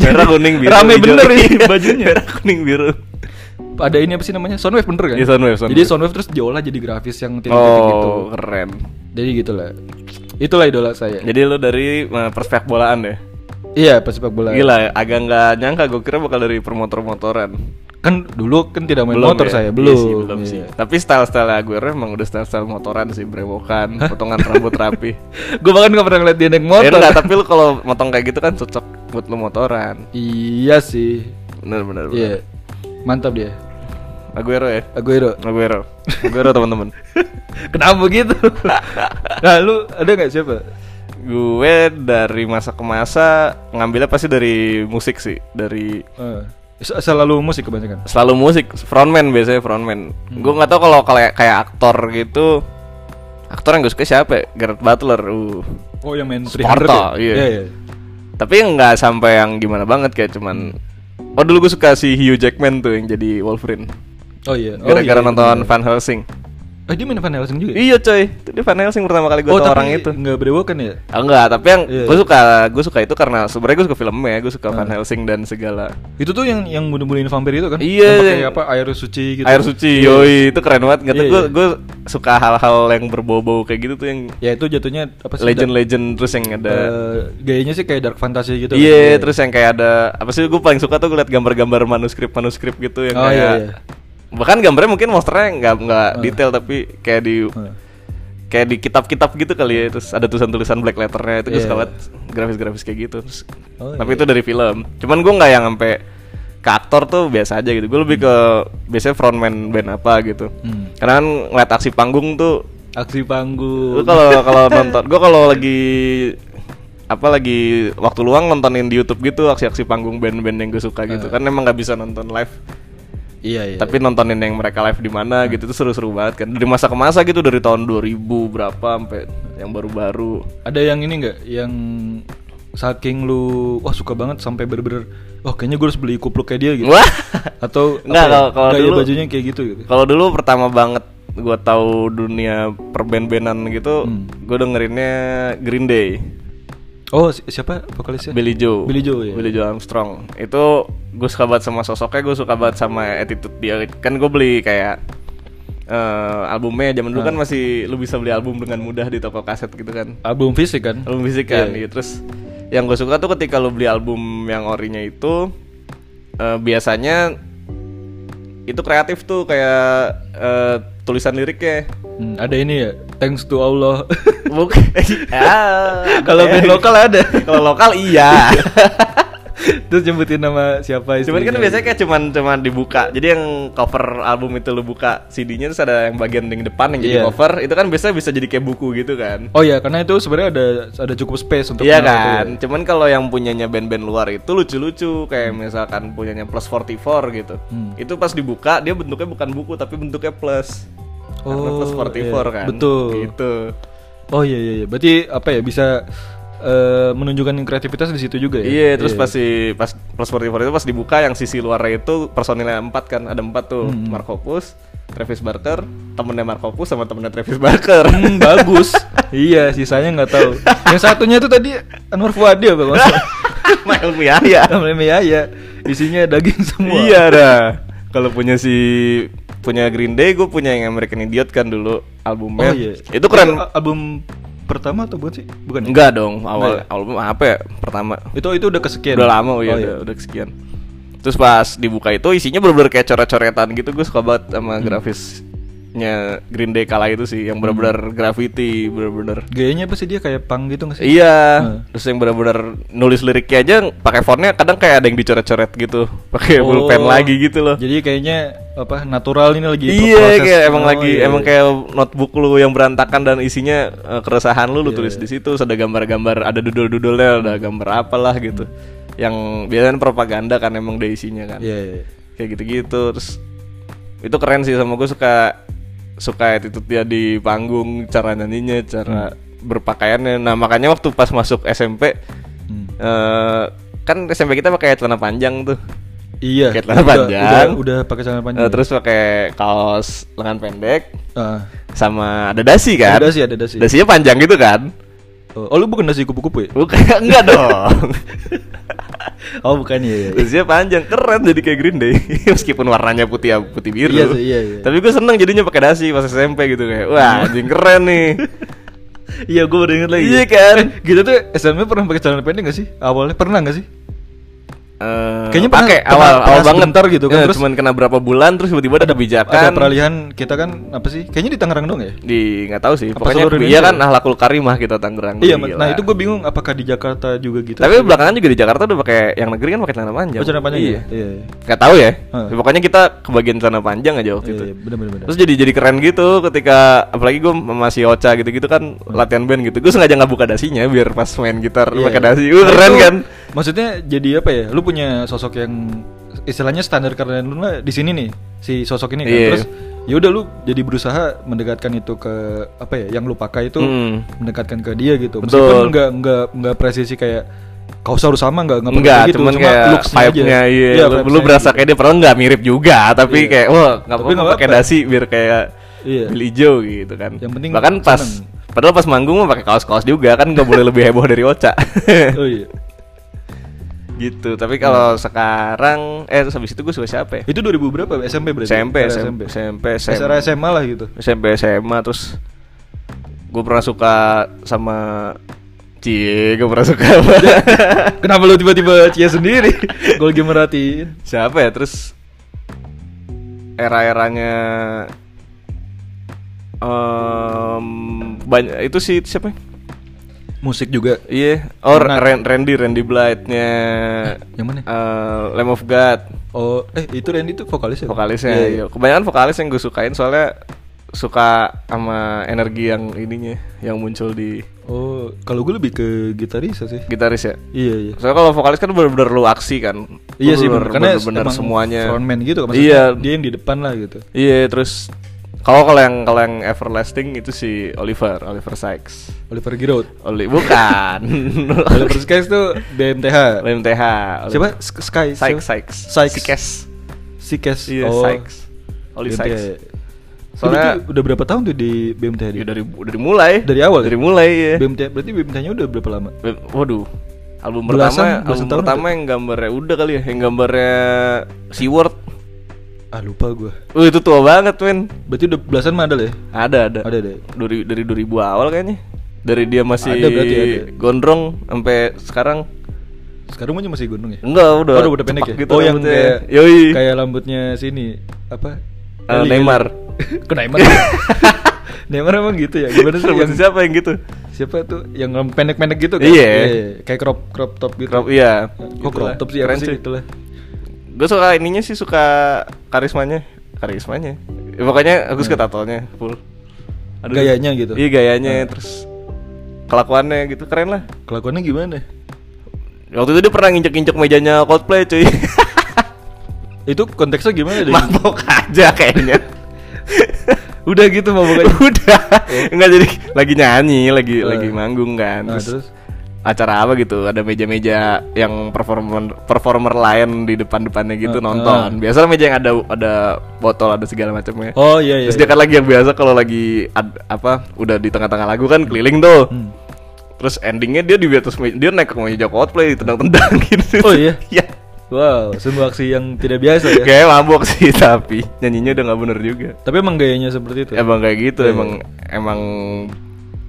Merah kuning biru. Rame hijau. bener ini <laughs> Iya, bajunya. Merah kuning biru. Ada ini apa sih namanya? Soundwave bener kan? Iya, soundwave, Jadi soundwave. soundwave terus diolah jadi grafis yang titik-titik gitu. Oh, keren. Jadi gitulah. Itulah idola saya. Jadi lo dari eh, perspek bolaan ya. Iya, pesepak bola. Gila, agak nggak nyangka gue kira bakal dari permotor-motoran. Kan dulu kan tidak main motor ya? saya, Iya belum. sih, belum sih. Tapi style-style Aguero emang udah style-style motoran sih, <laughs> brewokan, potongan rambut rapi. gue bahkan gak pernah ngeliat dia naik Motor. motor. tapi lu kalau motong kayak gitu kan cocok buat lu motoran. Iya sih. Bener bener. bener. Iya. Mantap dia. Aguero ya. Aguero. Aguero. Aguero teman-teman. <laughs> Kenapa <laughs> gitu? nah, lu ada nggak siapa? Gue dari masa ke masa ngambilnya pasti dari musik sih, dari Eh, se- selalu musik Hmm. kebanyakan. selalu musik frontman biasanya frontman gue nggak tahu kalau kayak kayak aktor gitu aktor yang gue suka siapa ya? Gareth Butler uh Oh, yang main Sparta, 300 ya? iya. Iya, iya. tapi nggak sampai yang gimana banget kayak cuman oh dulu gue suka si Hugh Jackman tuh yang jadi Wolverine Oh iya. Oh, gara-gara iya, iya, nonton bener. Van Helsing Eh, dia main Van Helsing juga. ya? iya coy itu dia Van Helsing pertama kali gue oh, tau tapi orang itu Enggak berewokan ya? Ah, enggak, tapi yang Iya, Ah. gue iya. suka gue suka itu karena sebenarnya gue suka filmnya, gue suka Van Helsing dan segala Itu tuh yang yang bunuh-bunuhin vampir itu kan? Iya, Yang iya. pakai apa air suci gitu. air suci, yoi itu keren banget. Nggak Iya, gue iya. gue suka hal-hal yang berbau-bau kayak gitu tuh yang Ya itu jatuhnya apa sih? legend-legend terus yang Eh, ada gayanya sih kayak dark fantasy gitu. Iya, terus yang kayak ada apa sih gue paling suka tuh gue liat gambar-gambar manuskrip-manuskrip gitu yang Oh, kayak iya, iya. bahkan gambarnya mungkin monsternya nggak nggak detail tapi kayak di Eh, kayak di kitab-kitab gitu kali ya terus ada tulisan-tulisan black letternya itu gue suka Iya. banget grafis-grafis kayak gitu Terus- Oh, tapi iya. itu dari film cuman gue nggak yang sampai ke aktor tuh biasa aja gitu gue lebih ke biasanya frontman band apa gitu Hmm. karena kan ngeliat aksi panggung tuh Lu Aksi panggung. kalau <laughs> kalau nonton, gua kalau lagi apa lagi waktu luang nontonin di YouTube gitu aksi-aksi panggung band-band yang gue suka gitu. Kan emang nggak bisa nonton live, Eh. Iya, Eh. iya. tapi nontonin yang mereka live di mana gitu tuh seru-seru banget kan. Dari masa ke masa gitu dari tahun 2000 berapa sampai yang baru-baru. Ada yang ini nggak? Yang saking lu wah suka banget sampai bener-bener wah kayaknya gue harus beli kupluk kayak dia gitu. Wah. <laughs> Atau Nggak, apa ya, kalau- kalau gaya dulu- bajunya kayak gitu gitu. Kalau dulu pertama banget gua tahu dunia perben-benan gitu, Hmm. gue dengerinnya Green Day. Oh, si- siapa vokalisnya? Billy Joe. Billy Joe, ya. Billy Joe Armstrong. Itu gue suka banget sama sosoknya, gue suka banget sama attitude dia. Kan gue beli kayak eh albumnya zaman dulu kan Ah. masih lu bisa beli album dengan mudah di toko kaset gitu kan. Album fisik kan? Album fisik kan. Iya. gitu. Terus yang gue suka tuh ketika lu beli album yang orinya itu eh, biasanya itu kreatif tuh kayak eh, tulisan liriknya. Hmm, ada ini ya. Thanks to Allah. <laughs> Bukan. <laughs> Ah, Kalau ada band ya. lokal ada. Kalau lokal iya. Terus nyebutin nama siapa Cuman kan istrinya. biasanya kayak cuman cuman dibuka. Jadi yang cover album itu lu buka CD-nya terus ada yang bagian yang depan yang jadi Iya. cover, itu kan biasanya bisa jadi kayak buku gitu kan. Oh ya, karena itu sebenarnya ada ada cukup space untuk Iya nama itu kan. ya. Cuman kalau yang punyanya band-band luar itu lucu-lucu kayak misalkan punyanya Plus 44 gitu. Hmm. Itu pas dibuka dia bentuknya bukan buku tapi bentuknya plus. Karena Oh, plus 44 iya. kan. Betul. Gitu. Oh iya iya iya. Berarti apa ya bisa eh, menunjukkan kreativitas di situ juga ya. Iya, terus pas si pas plus 44 itu pas dibuka yang sisi luarnya itu personilnya empat kan, ada empat tuh, Hmm. Markopus, Travis Barker, temennya Markopus sama temennya Travis Barker. <laughs> Hmm, bagus. iya, sisanya nggak tahu. Yang satunya itu tadi Anwar Fuadi apa kalau nggak <laughs> salah? Mael Miaya. Namanya ya, ya. Isinya daging semua. Iya dah. Kalau punya si punya Green Day, gue punya yang American Idiot kan dulu albumnya. Oh iya. Itu keren. a- album pertama atau bukan sih? Bukan. ya? Enggak dong, awal Enggak album apa ya? Pertama. Itu itu udah kesekian. Udah lama oh iya, Oh, udah, udah sekian. Terus pas dibuka itu isinya bener-bener kayak coret-coretan gitu Gue suka banget sama Hmm. grafisnya Green Day kala itu sih Yang bener-bener Hmm. graffiti Bener-bener Gayanya apa sih dia kayak pang gitu nggak sih? Iya Hmm. Terus yang bener-bener nulis liriknya aja pakai fontnya kadang kayak ada yang dicoret-coret gitu pakai Oh, pulpen lagi gitu loh Jadi kayaknya apa natural ini lagi Iya proses. kayak emang Oh, lagi iya, emang iya. kayak notebook lu yang berantakan dan isinya eh, keresahan lu Iya, lu tulis di situ Terus ada gambar-gambar ada dudul-dudulnya ada gambar apalah gitu Hmm. yang biasanya propaganda kan emang ada isinya kan Iya, iya. kayak gitu-gitu terus itu keren sih sama gue suka suka attitude dia di panggung cara nyanyinya cara berpakaiannya nah makanya waktu pas masuk SMP Hmm. eh, kan SMP kita pakai celana panjang tuh Iya. Kayak celana udah- panjang. Udah, udah pakai celana panjang. ya. Eh, terus pakai kaos lengan pendek Ah. sama ada dasi kan? Ada dasi, ada dasi. Dasinya panjang gitu kan? Oh, oh, lu bukan nasi kupu-kupu ya? Bukan enggak dong. <laughs> Oh, bukan iya, ya. Dasinya panjang, keren jadi kayak Green Day <laughs> meskipun warnanya putih putih biru. Iya sih, iya, iya. Tapi gue seneng jadinya pakai dasi pas SMP gitu kayak. Wah, anjing keren <laughs> nih. Iya, gue baru inget lagi. Iya kan? Eh, kita tuh SMP pernah pakai celana pendek gak sih? Awalnya pernah gak sih? Eh, Kayaknya pernah- pakai pernah- awal pernah awal banget sebentar gitu kan, Eh, terus- cuman kena berapa bulan terus tiba-tiba ada kebijakan. Ada peralihan kita kan apa sih? Kayaknya di Tangerang dong ya? di nggak tahu sih. Apa Pokoknya seluruh iya Indonesia? kan ahlakul karimah kita Tangerang. Iya, Gila. nah itu gue bingung apakah di Jakarta juga gitu. Oh, Tapi belakangan juga di Jakarta udah pakai yang negeri kan pakai celana panjang. Oh, celana panjang Iya. ya? Iya. Iya, Nggak tahu ya. Heeh. Pokoknya kita kebagian celana panjang aja waktu itu. iya, bener bener bener. Terus jadi jadi keren gitu ketika apalagi gue masih Ocha gitu-gitu kan latihan band gitu. Gue sengaja nggak buka dasinya biar pas main gitar Iya. pakai dasi. Wih, Nah, keren itu kan? Maksudnya jadi apa ya? Lu punya sosok yang istilahnya standar karena lu lah di sini nih si sosok ini kan. Iya. Terus ya udah lu jadi berusaha mendekatkan itu ke apa ya yang lu pakai itu Hmm. mendekatkan ke dia gitu. Betul. Meskipun nggak nggak nggak presisi kayak kaos harus sama nggak nggak perlu Enggak, kayak gitu, cuman cuma kayak looks-nya aja. vibe-nya iya. lu, lu vibes-nya berasa gitu. kayak dia padahal nggak mirip juga, tapi Iya. kayak wah nggak Tapi apa-apa nggak pakai apa-apa. dasi biar kayak Iya. beli hijau gitu kan. Yang penting bahkan pas seneng. padahal pas manggung mah pakai kaos-kaos juga kan nggak boleh lebih heboh dari <laughs> Ocha. Oh iya. gitu. Tapi kalau sekarang eh terus habis itu gue suka siapa ya? Itu 2000 berapa? SMP berarti. SMP, Era SMP, SMP, Era SMA lah gitu. SMP SMA terus gue pernah suka sama Cie, gue pernah suka <laughs> sama Kenapa lu tiba-tiba cia sendiri? <laughs> Gue lagi merhatiin. siapa ya? Terus era-eranya em banyak itu sih siapa? ya? Musik juga. Iya, oh Nah. Ren- Randy Randy Blythe-nya Yang mana? eh, Lamb of God Oh, eh itu Randy tuh vokalis ya? vokalisnya. Iya, iya. Kebanyakan vokalis yang gue sukain soalnya suka sama energi yang ininya yang muncul di Oh, kalau gue lebih ke gitaris sih. gitaris ya. Iya, iya. Soalnya kalau vokalis kan bener-bener lu aksi kan. Lu Iya sih bener, bener-bener- karena bener-bener emang semuanya. frontman gitu kan maksudnya. Iya. Dia yang di depan lah gitu. Iya, terus kalau kalau yang kalau yang everlasting itu si Oliver, Oliver Sykes. Oliver Giroud. <laughs> Oli bukan. Oliver Sykes tuh BMTH. LMTH. Siapa? Sk- Sky. Sykes, siapa? Sykes. Sykes. Sikes. Sikes. Iya, oh. Sykes. Oli BMTH. Sykes. Soalnya Soalnya udah berapa tahun tuh di BMTH dia? ya dari dari mulai. Dari awal ya? Dari mulai ya. BMTH berarti BMTH-nya udah berapa lama? Be- Waduh. Album Belasan- pertama, belasan album tahun pertama udah. yang gambarnya udah kali ya, yang gambarnya SeaWorld. Ah, lupa gua. Wih, itu tua banget, men. Berarti udah belasan mah ada lah ya? Ada ada. Ada deh. Dari dari 2000 awal kayaknya. Dari dia masih Ada berarti, ada. gondrong sampai sekarang Sekarang aja masih gunung ya? enggak udah. oh, udah, udah pendek cepak ya? Gitu oh, yang rambutnya. kayak Yoi. kayak rambutnya sini apa? Eh, Eli, <laughs> Neymar. Eli. Ke <laughs> Neymar. Neymar emang gitu ya. Gimana Bener sih yang siapa yang gitu? siapa tuh yang rambut pendek-pendek gitu kan? Iya. Kayak crop crop top gitu. Crop iya. Kok crop top sih apa sih gitu lah. Gue suka ininya sih suka karismanya, karismanya. Ya, pokoknya aku suka tatonya full. Aduh. Hmm. Gayanya gitu. Iya gayanya terus kelakuannya gitu keren lah. Kelakuannya gimana? Waktu itu dia pernah nginjek-injek mejanya Coldplay cuy Itu konteksnya gimana deh? <laughs> Mabok aja kayaknya <laughs> Udah <laughs> gitu mau bukan. udah nggak jadi lagi nyanyi lagi Eh. lagi manggung kan Nah, terus, terus? acara apa gitu ada meja-meja yang performer performer lain di depan-depannya gitu Heeh. nonton biasanya meja yang ada ada botol ada segala macamnya Oh iya iya. terus dia iya. kan lagi yang biasa kalau lagi ad- apa udah di tengah-tengah lagu kan keliling tuh Hmm. terus endingnya dia di atas me- dia naik ke meja cosplay tendang-tendang <laughs> gitu Oh, iya? ya Wow, sebuah aksi yang tidak biasa ya. kayak mabok sih tapi nyanyinya udah nggak bener juga Tapi emang gayanya seperti itu. emang kayak gitu Iya. emang emang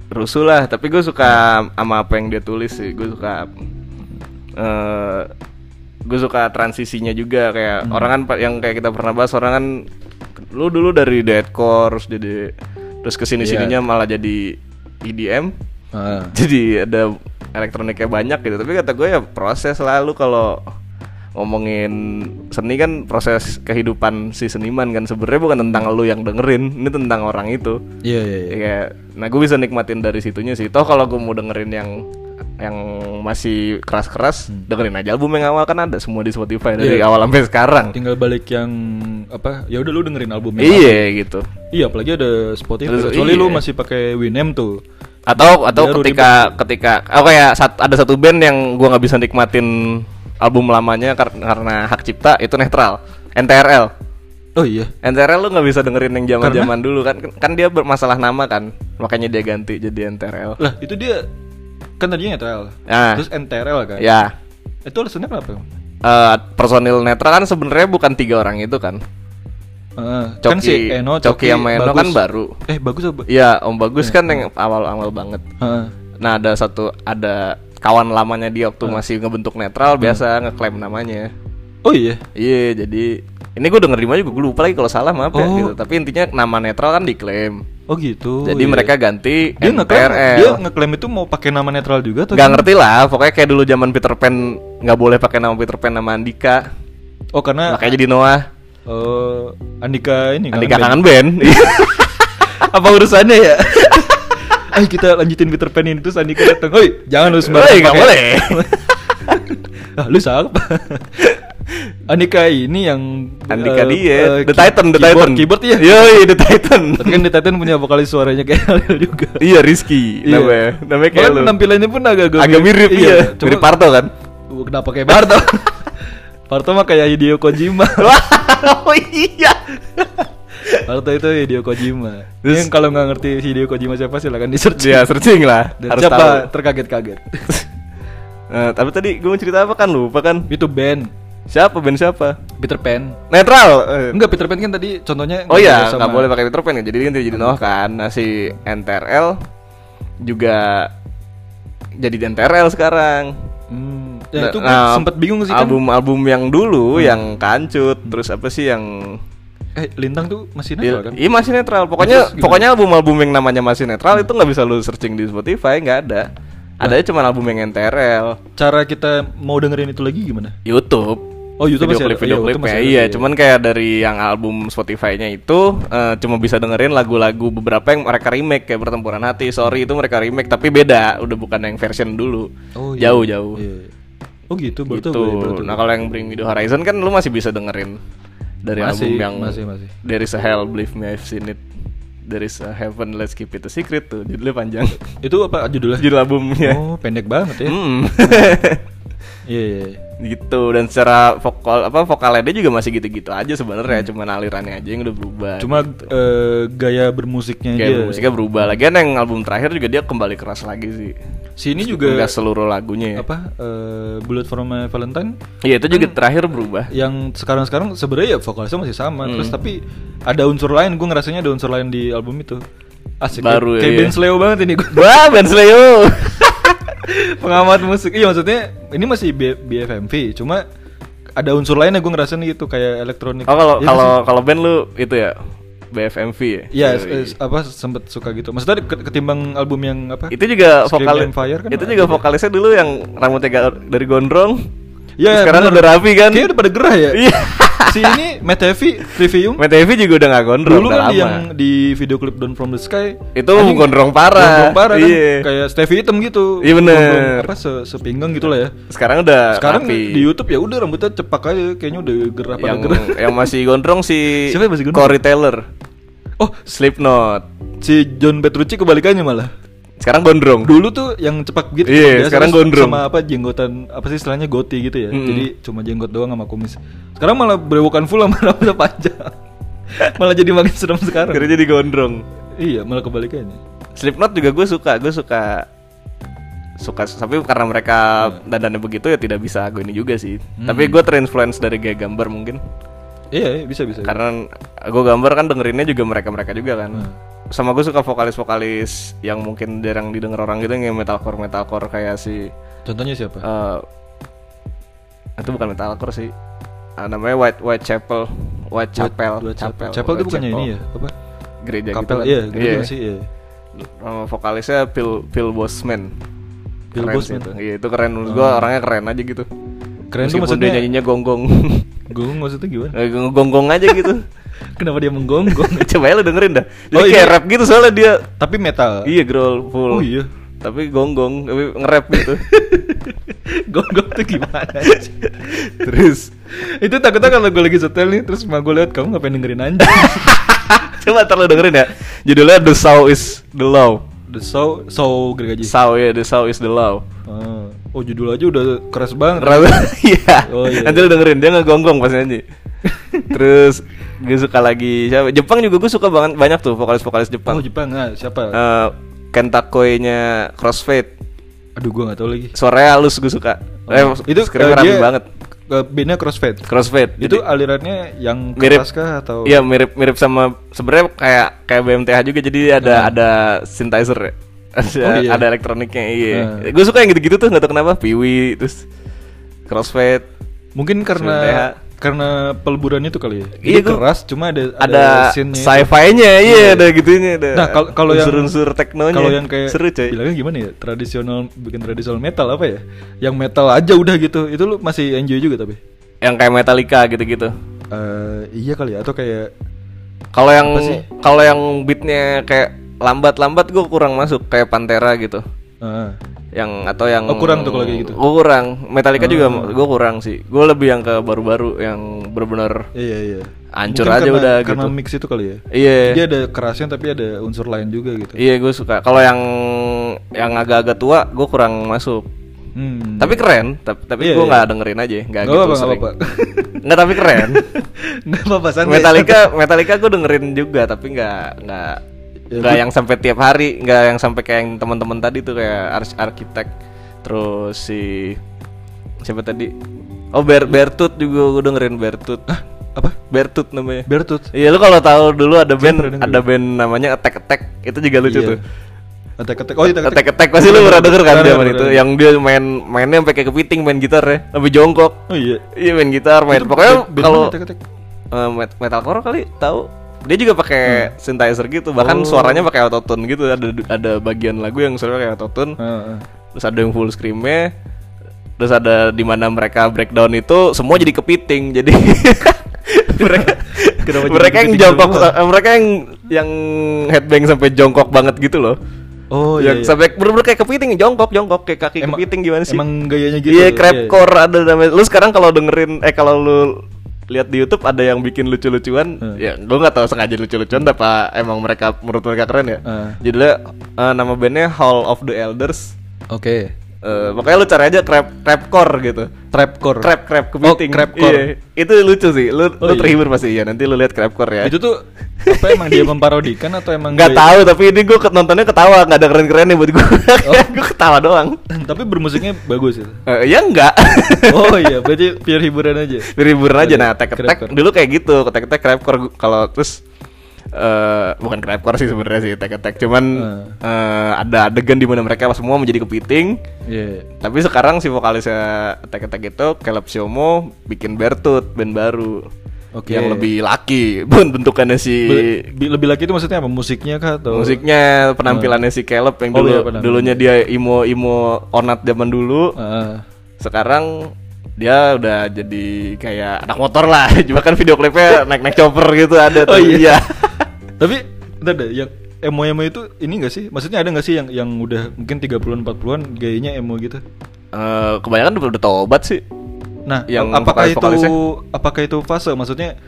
rusuh lah tapi gue suka sama apa yang dia tulis sih gue suka eh gue suka transisinya juga kayak orang kan pa- yang kayak kita pernah bahas orang kan lu dulu dari deadcore terus jadi terus kesini sininya malah jadi E EDM Ah. jadi ada elektroniknya banyak gitu tapi kata gue ya proses lalu kalau ngomongin seni kan proses kehidupan si seniman kan sebenarnya bukan tentang lu yang dengerin ini tentang orang itu Iya iya ya, iya. kayak- nah gue bisa nikmatin dari situnya sih toh kalau gue mau dengerin yang yang masih keras-keras dengerin aja album yang awal kan ada semua di Spotify dari Hmm. Iya. awal sampai sekarang Tinggal balik yang apa? Ya udah lu dengerin albumnya. iya gitu Iya, apalagi ada Spotify. Terus, Kecuali iya. lu masih pakai Winem tuh. atau atau Baru ketika ketika oh kayak sat- ada satu band yang gua nggak bisa nikmatin album lamanya kar- karena hak cipta itu netral NTRL Oh iya. NTRL lu nggak bisa dengerin yang zaman zaman dulu kan kan dia bermasalah nama kan makanya dia ganti jadi NTRL Lah, itu dia kan tadinya NTRL. Ah. Terus NTRL kan. ya Itu alasannya kenapa? eh, personil netral kan sebenarnya bukan tiga orang itu kan Ah, Coki kan si Eno, Coki, Coki, sama Eno bagus. kan baru Eh, bagus apa? Iya Om Bagus kan yang awal awal banget Heeh. nah ada satu ada kawan lamanya dia waktu Ah. masih ngebentuk netral Hmm. biasa ngeklaim namanya Oh iya. Iya, jadi ini gue denger di mana juga gue lupa lagi kalau salah maaf ya Oh. gitu. Tapi intinya nama netral kan diklaim. Oh gitu. jadi iya. mereka ganti dia ngeklaim dia NTRL. ngeklaim itu mau pakai nama netral juga Gak atau gimana? ngerti lah, pokoknya kayak dulu zaman Peter Pan nggak boleh pakai nama Peter Pan nama Andika. Oh karena Makanya jadi Noah. eh, Andika ini Andika kangen band. kangen Iya. band. <laughs> Eh, apa urusannya ya? <laughs> Ayo kita lanjutin Peter Pan ini terus Andika datang. Hoi, jangan lu sembarangan. Woi, nggak pakai." boleh. <laughs> ah, lu salah. <laughs> Andika ini yang Andika eh, dia, eh, The key- Titan, The keyboard, Titan. Iya. Keyboard ya. Yoi, The Titan. Tapi kan The Titan punya vokalis suaranya kayak <laughs> Ariel juga. iya, Rizky Iya. namanya. Namanya kayak Bahkan lu. penampilannya pun agak Agak mirip iya. Cuma, Mirip Parto kan? Wah, kenapa kayak <laughs> Barto? Barto mah kayak Hideo Kojima. <laughs> oh iya. Barto itu Hideo Kojima. Terus- Iya. Yang kalau nggak ngerti Hideo Kojima siapa silakan di search. Dia searching lah, Dan harus siapa tahu. terkaget-kaget. <laughs> Eh, tapi tadi gue mau cerita apa kan lupa kan? itu band Siapa band siapa? Peter Pan. Netral. eh. Enggak Peter Pan kan tadi contohnya Oh nggak iya, boleh sama- nggak boleh pakai Peter Pan ya. Jadi dia jadi Noah kan. Nah si NTRL juga jadi di NTRL sekarang. Hmm, ya itu Nah, gua nah, sempet bingung sih kan. Hmm. Album-album yang dulu yang kancut, terus apa sih yang Eh Lintang tuh masih netral kan? Iya masih netral. Pokoknya Terus gimana? pokoknya album-album yang namanya masih netral itu nggak bisa lu searching di Spotify, nggak ada. Nah. Adanya cuma album yang NTRL. Cara kita mau dengerin itu lagi gimana? YouTube. Oh YouTube video masih ada. klip video YouTube klipnya masih ada, iya cuman kayak dari yang album Spotify-nya itu eh, cuma bisa dengerin lagu-lagu beberapa yang mereka remake kayak pertempuran hati sorry itu mereka remake tapi beda udah bukan yang version dulu Oh, iya. jauh jauh Iya. Oh gitu, baru gitu tuh boleh, baru tuh. nah kalau yang Bring Me The Horizon kan lu masih bisa dengerin dari Masih, album yang masih, masih. There is a hell believe me I've seen it There is a heaven let's keep it a secret tuh judulnya <laughs> panjang Itu apa judulnya? judul albumnya Oh, pendek banget ya. Hmm. <laughs> Iya, iya. iya. gitu dan secara vokal apa vokalnya dia juga masih gitu-gitu aja Hmm. sebenarnya cuman alirannya aja yang udah berubah Cuma eh, gaya bermusiknya kayak dia. musiknya berubah lagian yang album terakhir juga dia kembali keras lagi sih Sini juga juga seluruh lagunya ya apa Hmm. eh, Bullet for My Valentine iya itu juga terakhir berubah yang sekarang-sekarang sebenarnya ya vokalisnya masih sama terus Hmm. tapi ada unsur lain gue ngerasanya ada unsur lain di album itu asik Baru, kayak, kayak iya. Ben Sleo banget ini gue wah Ben Sleo <laughs> pengamat musik iya maksudnya ini masih B- BFMV cuma ada unsur lainnya gue ngerasain gitu kayak elektronik oh kalau Iya kalau nggak sih? kalau band lu itu ya BFMV ya Iya, Yoi. eh, apa sempet suka gitu maksudnya ke- ketimbang album yang apa itu juga Scream vokal and Fire kan itu ada juga juga. vokalisnya dulu yang rambutnya ga- dari gondrong Iya, sekarang bener. udah rapi kan kayaknya udah pada gerah ya Iya. si ini Matt Heavy Trivium Metevi juga udah gak gondrong dulu udah kan di lama. yang di video klip Down From The Sky Itu gondrong parah. gondrong parah kan Iya. kayak Stevie Item gitu Iya, bener. Gondrong apa se sepinggang gitu lah ya sekarang udah sekarang rapi. di YouTube ya udah rambutnya cepak aja kayaknya udah gerah pada yang gerah <laughs> yang masih gondrong si Siapa yang masih gondrong? Corey Taylor oh Slipknot si John Petrucci kebalikannya malah Sekarang gondrong. Dulu tuh yang cepak gitu. Iya, biasa sekarang terus gondrong. Sama apa jenggotan apa sih istilahnya goti gitu ya. Mm-mm. Jadi cuma jenggot doang sama kumis. Sekarang malah berewokan full sama <laughs> rambutnya panjang. malah jadi makin serem sekarang. Akhirnya jadi gondrong. Iya, malah kebalikannya. Slipknot juga gue suka, gue suka suka tapi karena mereka dandannya begitu ya tidak bisa gue ini juga sih. Hmm. Tapi gue terinfluence dari gaya gambar mungkin. Iya, iya, bisa bisa. Karena gue gambar kan dengerinnya juga mereka-mereka juga kan. Hmm. Sama gue suka vokalis-vokalis yang mungkin jarang didengar orang gitu yang metalcore metalcore kayak si Contohnya siapa? eh itu bukan metalcore sih. Ah, namanya White White Chapel, White Chapel, Dua Chapel. Chapel. Chapel itu bukannya ini ya? Apa? Gereja Kapel gitu. iya, kan. gitu masih iya. Nama vokalisnya Phil Phil Bosman. Bill Keren sih Bosman. Oh. Itu. Iya, itu keren menurut gua orangnya keren aja gitu. Keren tuh Meskipun maksudnya. dia nyanyinya gonggong. Gue maksudnya gimana? gonggong aja <laughs> gitu. Kenapa dia menggonggong? Coba ya lu dengerin dah. Jadi Oh, kayak iya. rap gitu soalnya dia <laughs> Tapi metal. iya growl full. Oh iya. <laughs> Tapi gonggong, tapi nge-rap gitu. <laughs> Gonggong tuh gimana? <laughs> sih? Terus itu takutnya kalau gue lagi setel nih terus mah gue lihat kamu ngapain dengerin aja. <laughs> coba ntar lu dengerin ya. Judulnya The Saw is the Law. The Show Show gergaji. Saw ya, The Saw is the Law. Ah. Oh judul aja udah keras banget. Raba- <laughs> Iya. Oh, iya. Nanti lu dengerin dia ngegonggong pas <laughs> nyanyi. Terus gue suka lagi siapa? Jepang juga gue suka banget banyak tuh vokalis-vokalis Jepang. Oh Jepang ah siapa? Eh, Kentakoe-nya Crossfade Aduh gue nggak tahu lagi. Suaranya halus gue suka eh, itu screamer eh, rapi dia, banget eh, bandnya Crossfade. Crossfade itu Jadi, alirannya yang mirip keras kah atau? Iya mirip mirip sama sebenarnya kayak kayak BMTH juga jadi ada ada synthesizer ya <laughs> ada, Nah. Oh, iya. ada elektroniknya iya Hmm. gue suka yang gitu-gitu tuh nggak tahu kenapa Piwi terus Crossfade Mungkin karena karena peleburannya tuh kali ya. Iya, Iya gua- keras cuma ada ada, scene-nya itu. sci-fi-nya iya ada gitunya ada Nah, kalau kalau yang unsur-unsur teknonya kalau yang kayak seru coy bilangnya gimana ya? Tradisional bikin tradisional metal apa ya? Yang metal aja udah gitu. Itu lu masih enjoy juga tapi. yang kayak Metallica gitu-gitu Eh iya kali ya atau kayak Kalau yang Apa sih? kalau yang beatnya kayak lambat-lambat gue kurang masuk kayak Pantera gitu. eh, Yang atau yang Oh, kurang tuh kalau kayak gitu. Ah. Gue kurang. Metallica juga gue kurang sih. Gue lebih yang ke baru-baru yang bener-bener iya iya. Hancur Mungkin aja karena- udah karena gitu. mix itu kali ya. Dia Iya. ada kerasnya tapi ada unsur lain juga gitu. Iya gue suka. Kalau yang yang agak-agak tua gue kurang masuk. Hmm. <laughs> Tapi keren, tapi, tapi Iya, gue iya. nggak dengerin aja, nggak Nggak gitu apa-apa, nggak sering. apa-apa. Nggak tapi keren. <laughs> Nggak apa-apa santai. Metallica, Metallica gue dengerin juga, tapi nggak nggak Ya, nggak yang sampai tiap hari, nggak yang sampai kayak yang teman-teman tadi tuh kayak Ars arsitek, terus si siapa tadi? Oh Ber Bertut juga gue dengerin Bertut, Hah? Apa? Bertut namanya. Bertut. Iya lu kalau tahu dulu ada band pernah denger. ada band namanya Attack Attack itu juga lucu Iya. tuh. Attack-attack. Oh, iya, Attack Attack pasti lu pernah denger kan Pernah, zaman pernah. itu yang dia main mainnya sampai kayak kepiting main gitar ya, lebih jongkok. Oh iya. Iya main gitar, main Itu pokoknya band- band kalau mana Attack-attack? eh, met- metalcore kali tahu dia juga Hmm. pakai synthesizer gitu Oh. bahkan suaranya pakai autotune gitu ada ada bagian lagu yang suaranya kayak autotune Heeh, heeh. terus ada yang full screamnya terus ada di mana mereka breakdown itu semua jadi kepiting <laughs> jadi mereka Kenapa jadi mereka yang kepiting jongkok semua? eh, mereka yang yang headbang sampai jongkok banget gitu loh Oh iya. yang iya. sampai bener-bener kayak kepiting jongkok jongkok kayak kaki Emang- kepiting gimana sih Emang gayanya gitu. Iya, crapcore ada namanya. Lu sekarang kalau dengerin eh kalau lu lihat di YouTube ada yang bikin lucu-lucuan, Hmm. ya gua nggak tahu sengaja lucu-lucuan apa emang mereka menurut mereka keren ya. Hmm. Judulnya eh, nama bandnya Hall of the Elders. Oke. Eh, makanya lu cari aja crap crapcore gitu. Trapcore. Crap crap kepiting. Oh, crapcore. Iya, itu lucu sih. Lu Oh, lu iya. terhibur pasti ya. Nanti lu lihat crapcore ya. Itu tuh apa emang dia memparodikan atau emang nggak gaya- tahu tapi ini gua ket- nontonnya ketawa, nggak ada keren-kerennya buat gua. Oh. <laughs> gua ketawa doang. <laughs> Tapi bermusiknya bagus <laughs> itu. Eh, ya enggak. <laughs> Oh iya, berarti pure hiburan aja. liburan aja Ada nah tek tek crapcore. dulu kayak gitu tek tek crapcore kalau terus eh bukan crapcore sih sebenarnya sih tek tek cuman eh, ada adegan di mana mereka semua menjadi kepiting Iya. tapi sekarang si vokalisnya tek tek itu Caleb Shomo bikin Bertut band baru Oke. yang lebih laki <laughs> pun bentukannya si Be- bi- lebih lagi itu maksudnya apa? Musiknya kah atau musiknya penampilannya si Caleb yang Oh, dulu iya, penampilan. dulunya dia imo imo onat zaman dulu Ah, sekarang dia udah jadi kayak anak motor lah <laughs> bahkan video klipnya naik naik chopper gitu ada tuh Oh, iya. <laughs> iya. tapi bentar deh, yang emo-emo itu ini gak sih? Maksudnya ada gak sih yang yang udah mungkin 30-an 40-an gayanya emo gitu? Eh, kebanyakan udah, udah tobat sih Nah, Yang ap- apakah itu vokalis-vokalisnya? apakah itu fase? Maksudnya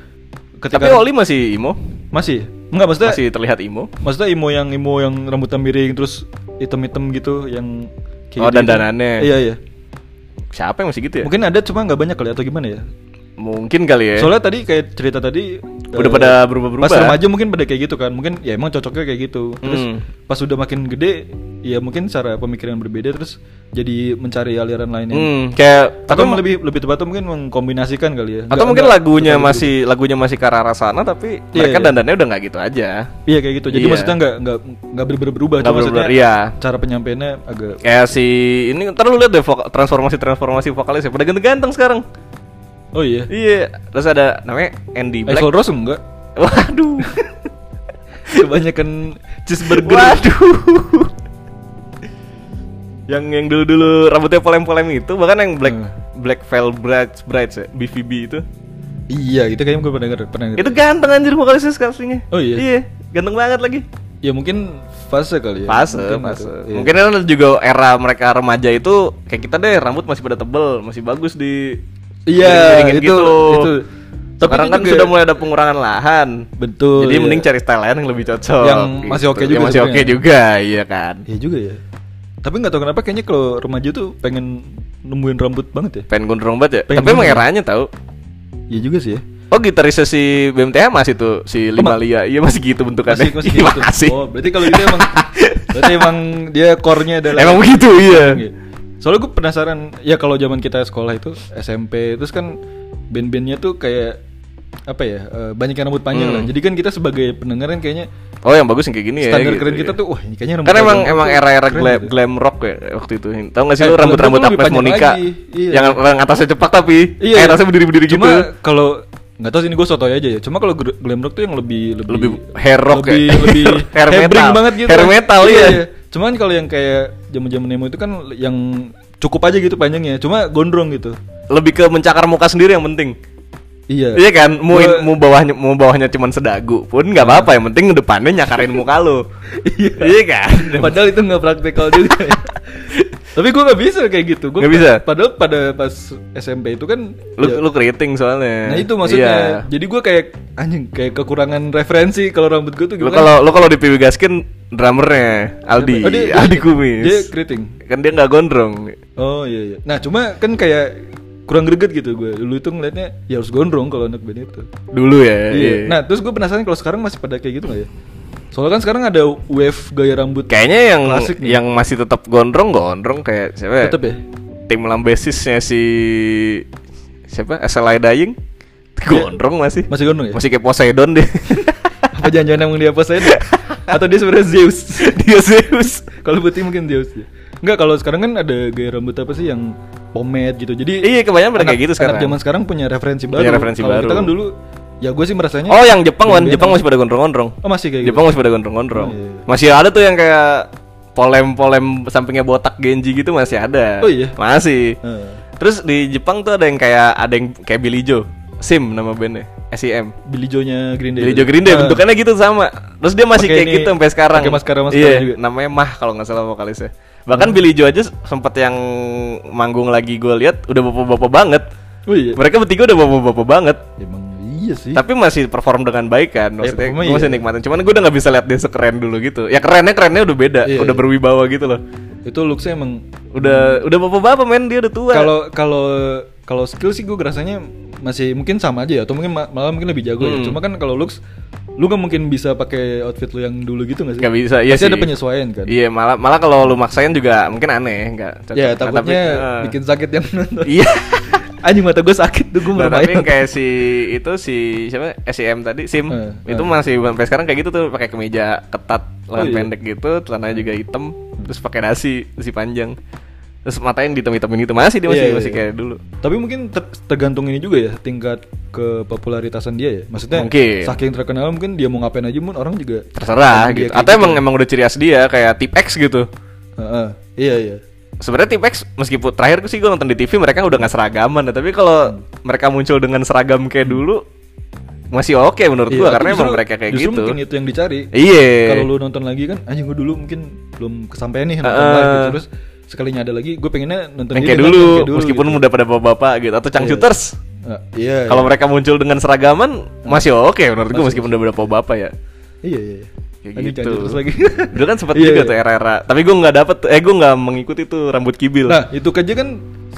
ketika tapi Oli masih imo masih enggak maksudnya masih terlihat imo maksudnya emo yang emo yang rambutnya miring terus item-item gitu yang Oh, gitu-gitu. dandanannya. Iya iya. Siapa yang masih gitu ya? Mungkin, Mungkin ada cuma nggak banyak kali atau gimana ya? kali ya. Soalnya tadi kayak cerita tadi Udah eh, pada berubah-berubah. Pas remaja mungkin pada kayak gitu kan. Mungkin ya emang cocoknya kayak gitu. Terus Hmm. pas udah makin gede ya mungkin cara pemikiran berbeda terus jadi mencari aliran lainnya. Hmm, kayak Atau tapi mu- lebih lebih tepatnya mungkin mengkombinasikan kali ya. atau Nggak- mungkin nggak lagunya tetap masih lagunya masih ke arah sana tapi Iya, mereka iya. dandannya udah nggak gitu aja. gitu. Iya kayak gitu. Jadi Iya. maksudnya nggak nggak nggak bener berubah. Nggak cuma bener-bener, maksudnya iya. Cara penyampaiannya agak Kayak si ini ntar lu lihat deh transformasi transformasi vokalis ya pada ganteng-ganteng sekarang. Oh iya. Iya, terus ada namanya Andy Black. Axl Rose enggak? <laughs> <laughs> Waduh. Kebanyakan cheeseburger. Waduh. yang yang dulu-dulu rambutnya polem-polem itu bahkan yang black Hmm. black veil brides brides ya, BVB itu. Iya, itu kayaknya gue pernah denger, pernah denger. Itu ganteng anjir vokalisnya sekarang aslinya. Iya. Oh iya? Iya, ganteng banget lagi. Ya mungkin fase kali ya. Fase, Mungkin fase. gitu. Iya. Mungkin kan juga era mereka remaja itu kayak kita deh rambut masih pada tebel, masih bagus di Iya, diringin-diringin itu- itu. Tapi gitu. Sekarang itu kan juga- sudah mulai ada pengurangan lahan. Betul, Jadi iya. mending cari style lain yang lebih cocok. Gitu. Yang masih oke juga Yang masih oke sebenarnya. juga, iya kan. Iya juga ya. Tapi nggak tahu kenapa kayaknya kalau remaja tuh pengen nemuin rambut banget ya. Pengen gondrong banget ya. Pengen Tapi emang gondrong. eranya tahu. Iya juga sih ya. Oh gitarisnya si BMTH masih tuh si Lima Lia, iya masih gitu bentukannya. Masih <laughs> masih gitu. Iya, masih. Oh, berarti kalau gitu <laughs> emang berarti emang dia core-nya adalah Emang begitu iya. Iya. Soalnya gue penasaran ya kalau zaman kita sekolah itu SMP terus kan band-bandnya tuh kayak apa ya eh, banyak yang rambut panjang Hmm. lah. Jadi kan kita sebagai pendengar kan kayaknya Oh yang bagus yang kayak gini ya. standar gitu, keren iya. kita tuh wah ini kayaknya rambut Karena emang panjang emang tuh era-era keren glam, gitu. glam rock ya waktu itu. Tahu nggak sih Eh, lu glam rambut-rambut rock lebih Agnes panjang Monica lagi, iya. yang yang atasnya cepak tapi Iya. kayak atasnya berdiri-berdiri gitu. Cuma kalau nggak tahu sih ini gue sotoy aja ya. Cuma kalau gr- glam rock tuh yang lebih lebih Lebih hair rock lebih ya. lebih <laughs> Hair hebring metal. banget gitu. Hair metal, iya. Cuman kan kalau yang kayak zaman-zaman emo itu kan yang cukup aja gitu panjangnya. Cuma gondrong gitu. Lebih ke mencakar muka sendiri yang penting. Iya. Iya kan, mau Gua- mau bawahnya mau bawahnya cuman sedagu pun nggak apa-apa, yang penting depannya nyakarin muka <laughs> lu. Iya kan? Padahal itu nggak praktikal juga. <laughs> ya. Tapi gue nggak bisa kayak gitu. Gua Nggak bisa? Padahal pada pas SMP itu kan. Lu ya- lu keriting soalnya. Nah itu Iya. maksudnya. Jadi gue kayak anjing kayak kekurangan referensi kalau rambut gue tuh Lu gimana? kalau lu kalau di PB Gaskin drummernya Aldi, Oh, dia- Aldi Dia Kumis. keriting. kan dia nggak gondrong. Oh iya iya. Nah cuma kan kayak kurang greget gitu gue. Dulu itu ngeliatnya ya harus gondrong kalau anak band itu. Dulu ya. iya. Nah terus gue penasaran kalau sekarang masih pada kayak gitu nggak ya? Soalnya kan sekarang ada wave gaya rambut. Kayaknya yang Klasik nih. yang masih tetap gondrong gondrong kayak siapa? ya? Tetep ya. Tim lambesisnya si siapa? SLI Dying. Gondrong masih. Iya. Masih gondrong ya? Masih kayak Poseidon deh. <laughs> Apa jangan-jangan emang dia apa saya? Atau dia sebenarnya Zeus? dia Zeus. kalau putih mungkin Zeus ya. Enggak kalau sekarang kan ada gaya rambut apa sih yang pomade gitu. Jadi Iya, kebanyakan pada anak- kayak gitu sekarang. Anak zaman sekarang punya referensi baru. Punya referensi Kalau baru. Kita kan dulu ya gue sih merasanya Oh, yang Jepang kan Band-band Jepang apa? masih pada gondrong-gondrong. Oh masih kayak Jepang masih pada gondrong-gondrong. Oh, iya, iya. Masih ada tuh yang kayak polem-polem sampingnya botak Genji gitu masih ada. Oh, iya? Masih. gitu. Eh, Terus di Jepang tuh ada yang kayak ada yang kayak Billy Joe, Sim nama bandnya, SIM. Billy Joe-nya Green Day. Billy Joe Green Day Eh, bentukannya gitu sama. Terus dia masih Pakai kayak ini- gitu sampai sekarang. pakai maskara-maskara Iya, juga. namanya Mah kalau nggak salah vokalisnya. Bahkan Billy Joe aja sempat yang manggung lagi gue lihat udah bapak-bapak banget. Oh iya. Mereka bertiga udah bapak-bapak banget. Emang iya sih. Tapi masih perform dengan baik kan Maksudnya performnya gue masih iya. nikmatin Cuman gue udah gak bisa lihat dia sekeren dulu gitu Ya kerennya kerennya udah beda Iya, Udah iya. berwibawa gitu loh itu looksnya emang Udah udah bapak-bapak men dia udah tua kalau kalau kalau skill sih gue rasanya masih mungkin sama aja ya atau mungkin ma- malah mungkin lebih jago ya. Hmm. Cuma kan kalau looks lu gak mungkin bisa pakai outfit lu yang dulu gitu gak sih? Gak bisa, iya Pasti sih. ada penyesuaian kan. Iya malah malah kalau lu maksain juga mungkin aneh nggak cocok. Ya Nah, takutnya eh, bikin sakit yang nonton. Iya. <laughs> Anjing mata gue sakit tuh gue Nah, merem tapi yang aja. kayak si itu si siapa SIM tadi SIM Eh, itu eh. masih sampai sekarang kayak gitu tuh pakai kemeja ketat lengan Oh, iya. Hmm. pendek gitu celananya juga hitam terus pakai dasi dasi panjang terus matanya dihitam hitamin gitu masih dia masih Iya, iya, masih iya. kayak dulu Tapi mungkin ter- tergantung ini juga ya tingkat kepopularitasan dia ya. Maksudnya Mungkin. saking terkenal mungkin dia mau ngapain aja mungkin orang juga terserah Emang gitu dia Iya, kayak atau emang emang udah ciri khas dia kayak tip X gitu Heeh. Iya iya. sebenarnya tim X meskipun terakhir sih gue nonton di TV mereka udah nggak seragaman ya. tapi kalau mereka muncul dengan seragam kayak dulu masih oke menurut Hmm. Iya, gua tapi karena emang justru- mereka kayak justru gitu mungkin itu yang dicari. iya Kalau lu nonton lagi kan anjing gue dulu mungkin belum kesampaian nih nonton Heeh. live gitu. terus sekalinya ada lagi gue pengennya nonton yang dia kayak dengan dulu yang meskipun gitu. udah pada bapak-bapak gitu atau cangcuters Ah, iya. kalau iya. mereka muncul dengan seragaman masih oke menurut gua meskipun udah pada bapak-bapak ya Iya iya. iya. Ya Lanjut, gitu. lanjut, terus lagi. <laughs> Dulu kan sempat Iya, juga iya. tuh era-era. Tapi gue nggak dapet, eh gue nggak mengikuti tuh rambut kibil. Nah, itu aja kan